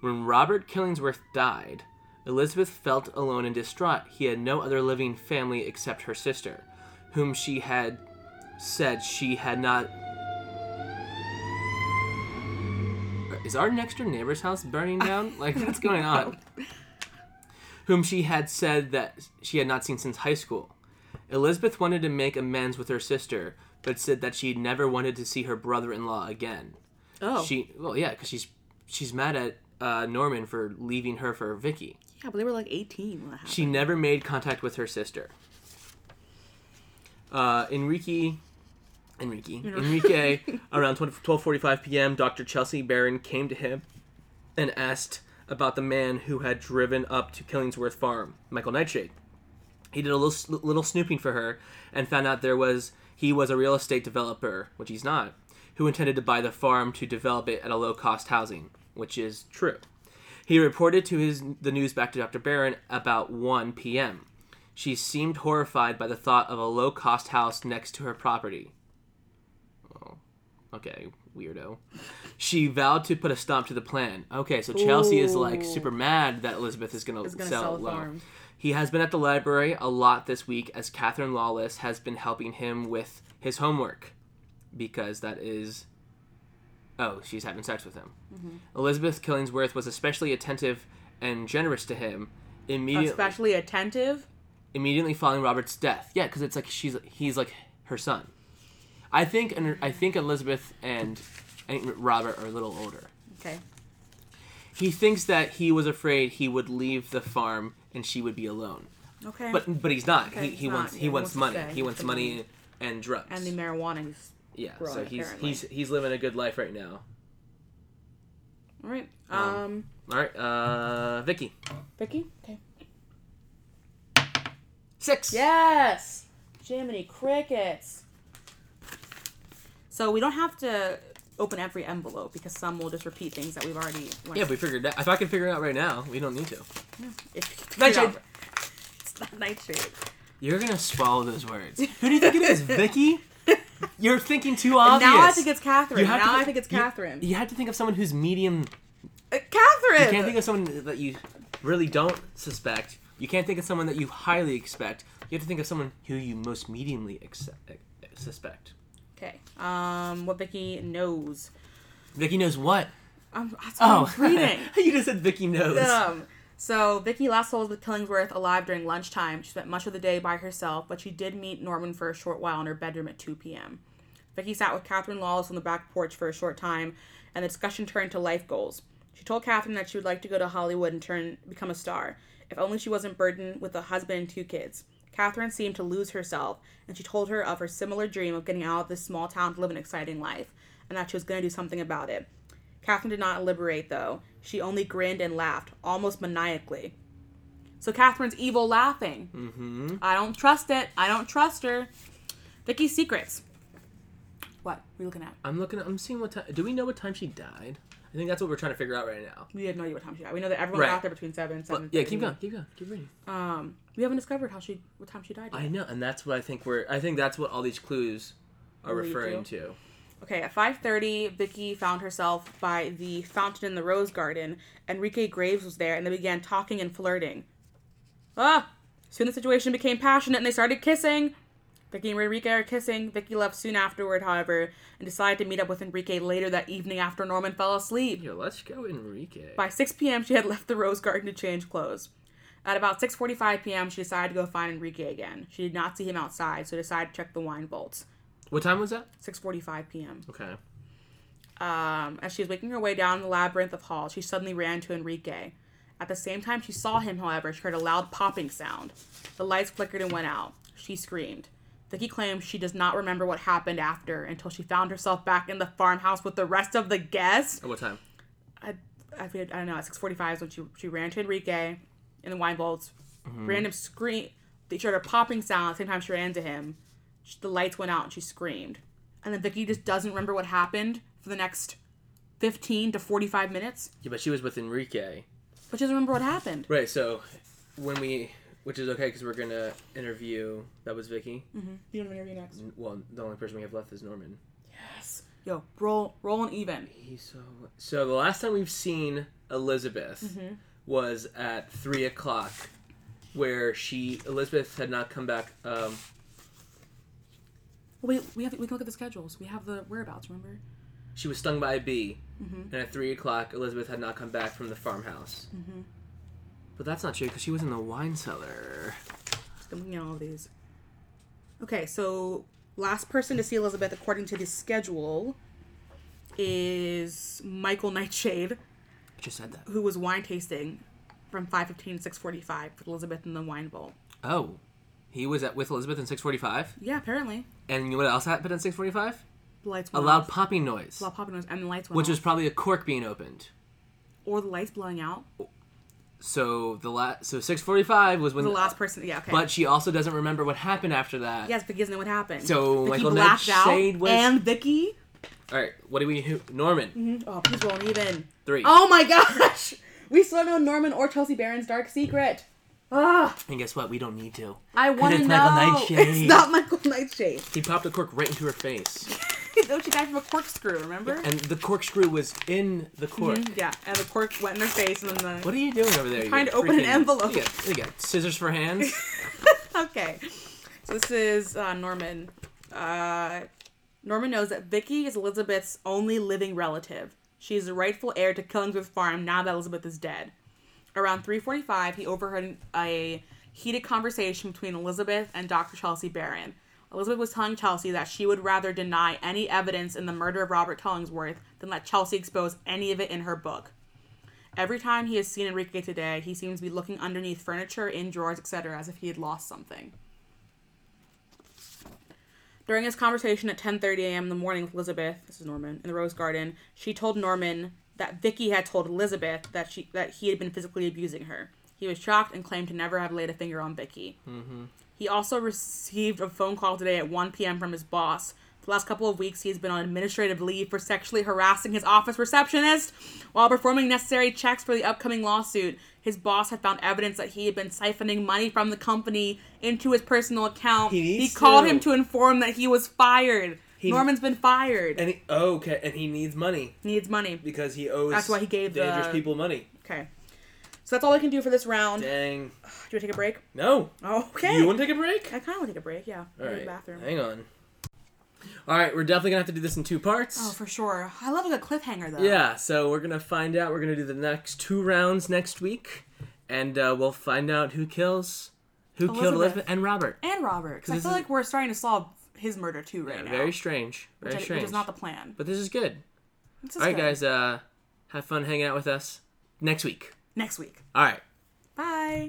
S4: When Robert Killingsworth died, Elizabeth felt alone and distraught. He had no other living family except her sister, whom she had said she had not. Is our next door neighbor's house burning down? Like, what's going on? Whom she had said that she had not seen since high school. Elizabeth wanted to make amends with her sister, but said that she never wanted to see her brother in law again.
S1: Oh.
S4: She, well, yeah, because she's she's mad at uh, Norman for leaving her for Vicky.
S1: Yeah, but they were like 18 when that happened.
S4: She never made contact with her sister. Uh, Enrique, Enrique, Enrique. around 12 12:45 p.m., Dr. Chelsea Barron came to him and asked about the man who had driven up to Killingsworth Farm, Michael Nightshade. He did a little little snooping for her and found out there was he was a real estate developer, which he's not, who intended to buy the farm to develop it at a low cost housing, which is true. He reported to his the news back to Dr. Barron about 1 p.m. She seemed horrified by the thought of a low-cost house next to her property. Oh, okay, weirdo. She vowed to put a stop to the plan. Okay, so Chelsea is like
S1: Ooh.
S4: super mad that Elizabeth is gonna,
S1: gonna
S4: sell,
S1: sell
S4: it
S1: the
S4: low.
S1: farm.
S4: He has been at the library a lot this week as Catherine Lawless has been helping him with his homework because that is. Oh, she's having sex with him.
S1: Mm-hmm.
S4: Elizabeth Killingsworth was especially attentive and generous to him immediately
S1: Especially attentive.
S4: immediately following Robert's death. Yeah, because it's like she's he's like her son. I think and I think Elizabeth and I think Robert are a little older.
S1: Okay.
S4: He thinks that he was afraid he would leave the farm and she would be alone.
S1: Okay.
S4: But but he's not.
S1: Okay,
S4: he
S1: he's
S4: he
S1: not.
S4: wants
S1: Yeah,
S4: he
S1: he
S4: wants
S1: wants to
S4: money.
S1: stay.
S4: He wants
S1: And-
S4: money and drugs.
S1: and the marijuana is.
S4: yeah, so
S1: growing,
S4: he's
S1: apparently.
S4: he's he's living a good life right now.
S1: All right. Um,
S4: All right, uh, Vicky,
S1: Vicky? Okay.
S4: six.
S1: Yes! Jiminy Crickets. So we don't have to open every envelope because some will just repeat things that we've already. went
S4: Yeah, we figured that. If I can figure it out right now, we don't need to.
S1: If-
S4: Nightshade.
S1: It's not nightshade.
S4: You're gonna swallow those words. Who do you think it is, Vicky? You're thinking too obvious.
S1: Now I think it's Catherine.
S4: You have to
S1: Now
S4: thi-
S1: I think it's
S4: you-
S1: Catherine.
S4: You have to think of someone who's medium.
S1: Uh, Catherine.
S4: You can't think of someone that you really don't suspect. You can't think of someone that you highly expect. You have to think of someone who you most mediumly accept, suspect.
S1: okay. Um, what Vicky knows.
S4: Vicky knows what?
S1: I'm, that's what
S4: Oh,
S1: I'm reading.
S4: you just said Vicky knows.
S1: Um, so Vicky last saw with Killingsworth alive during lunchtime. She spent much of the day by herself, but she did meet Norman for a short while in her bedroom at 2 p.m. Vicky sat with Catherine Lawless on the back porch for a short time, and the discussion turned to life goals. She told Catherine that she would like to go to Hollywood and turn become a star, if only she wasn't burdened with a husband and two kids. Catherine seemed to lose herself, and she told her of her similar dream of getting out of this small town to live an exciting life, and that she was going to do something about it. Catherine did not elaborate, though. She only grinned and laughed, almost maniacally. So Catherine's evil laughing. Mm-hmm. I don't trust it. I don't trust her. Vicky's secrets. What? What are you looking at?
S4: I'm looking. I'm seeing what time. Do we know what time she died? I think that's what we're trying to figure out right now.
S1: We have no idea what time she died. We know that everyone
S4: Right.
S1: got there between seven and seven.
S4: But yeah, keep going, keep going, keep reading.
S1: Um, we haven't discovered how she, what time she died. Yet.
S4: I know, and that's what I think we're. I think that's what all these clues are
S1: Lead
S4: referring to.
S1: Okay, at 5:30, Vicky found herself by the fountain in the rose garden. Enrique Graves was there, and they began talking and flirting. Ah! Soon the situation became passionate, and they started kissing. Vicky and Enrique are kissing. Vicky left soon afterward, however, and decided to meet up with Enrique later that evening after Norman fell asleep.
S4: Here, let's go, Enrique.
S1: By 6 p.m., she had left the rose garden to change clothes. At about 6:45 p.m., she decided to go find Enrique again. She did not see him outside, so decided to check the wine vaults.
S4: What time was that?
S1: 6:45 p.m.
S4: Okay.
S1: Um, as she was making her way down the labyrinth of halls, she suddenly ran to Enrique. At the same time she saw him, however, she heard a loud popping sound. The lights flickered and went out. She screamed. Vicky claims she does not remember what happened after until she found herself back in the farmhouse with the rest of the guests.
S4: At what time?
S1: I, I, feel- I don't know. At six forty-five is when she she ran to Enrique in the wine vaults. Random scream. They heard a popping sound. At the same time she ran to him, She- the lights went out and she screamed. And then Vicky just doesn't remember what happened for the next fifteen to forty-five minutes,
S4: Yeah, but she was with Enrique.
S1: but she doesn't remember what happened.
S4: Right. So when we, which is okay because we're gonna interview. That was Vicky.
S1: You don't interview next.
S4: Well, the only person we have left is Norman.
S1: Yo, roll, roll an even.
S4: He's so. So the last time we've seen Elizabeth was at three o'clock, where she Elizabeth had not come back. Um,
S1: Wait, we have we can look at the schedules. We have the whereabouts. Remember?
S4: she was stung by a bee,
S1: Mm-hmm.
S4: and at three o'clock Elizabeth had not come back from the farmhouse.
S1: Mm-hmm.
S4: But that's not true because she was in the wine cellar.
S1: Just looking at all of these. Okay, so last person to see Elizabeth according to the schedule is Michael Nightshade,
S4: I just said that.
S1: who was wine tasting from 5:15 to 6:45 with Elizabeth in the wine bowl.
S4: Oh, he was at with Elizabeth in six forty-five,
S1: Yeah, apparently
S4: and you know what else happened at six forty-five?
S1: the lights
S4: A
S1: went
S4: loud
S1: off.
S4: popping noise,
S1: loud popping noise and the lights went
S4: which
S1: off.
S4: was probably a cork being opened.
S1: or the lights blowing out.
S4: So the last, so six forty-five was when
S1: The last person, yeah, okay.
S4: Mm, But she also doesn't remember what happened after that.
S1: yes, Vicky doesn't know what happened.
S4: So
S1: Vicky
S4: Michael
S1: blacked out
S4: Nightshade was-
S1: and Vicky.
S4: All right. What do we? Who, Norman.
S1: Oh, please roll an even.
S4: Three.
S1: Oh my gosh, we still don't know Norman or Chelsea Barron's dark secret. Ah! Ugh.
S4: And guess what? We don't need to.
S1: I want to
S4: it's
S1: know.
S4: Michael Nightshade.
S1: It's not Michael Nightshade.
S4: He popped a cork right into her face,
S1: Though she died from a corkscrew, remember?
S4: and the corkscrew was in the cork.
S1: Yeah, and the cork went in her face, and then the
S4: What are you doing over there?
S1: trying
S4: you
S1: to open an
S4: freaking-
S1: envelope.
S4: You got, you got scissors for hands.
S1: okay. So this is uh, Norman. Uh, Norman knows that Vicky is Elizabeth's only living relative. She is the rightful heir to Killingsworth Farm now that Elizabeth is dead. Around 3:45, he overheard a heated conversation between Elizabeth and Dr. Chelsea Barron. Elizabeth was telling Chelsea that she would rather deny any evidence in the murder of Robert Killingsworth than let Chelsea expose any of it in her book. Every time he has seen Enrique today, he seems to be looking underneath furniture, in drawers, etc., as if he had lost something. During his conversation at 10:30 a.m. in the morning with Elizabeth, this is Norman, in the Rose Garden, she told Norman that Vicky had told Elizabeth that she that he had been physically abusing her. He was shocked and claimed to never have laid a finger on Vicky. He also received a phone call today at 1 p.m. from his boss. The last couple of weeks, he has been on administrative leave for sexually harassing his office receptionist while performing necessary checks for the upcoming lawsuit. His boss had found evidence that he had been siphoning money from the company into his personal account.
S4: He needs
S1: called
S4: to.
S1: him to inform that he was fired. Norman's been fired.
S4: and he, oh, okay, and he needs money
S1: Needs money.
S4: because he owes.
S1: That's why he gave the-
S4: dangerous people money.
S1: Okay. So that's all I can do for this round. Do
S4: Dang.
S1: you want to take a break?
S4: No.
S1: Okay.
S4: You want to take a break?
S1: I kind of want to take a break, yeah.
S4: All
S1: Go to
S4: right.
S1: the bathroom.
S4: Hang on. All right, we're definitely gonna have to do this in two parts.
S1: Oh, for sure. I love a good cliffhanger, though.
S4: Yeah, so we're gonna find out. We're gonna do the next two rounds next week, and uh, we'll find out who kills, who killed
S1: Elizabeth.
S4: Elizabeth and Robert.
S1: and Robert. 'cause I
S4: this
S1: feel
S4: is-
S1: like we're starting to solve his murder too right now.
S4: Very strange. Very
S1: which, I-
S4: strange.
S1: which is not the plan.
S4: But this is good.
S1: This is
S4: All right,
S1: good.
S4: guys. Uh, have fun hanging out with us next week.
S1: Next week.
S4: All right.
S1: Bye.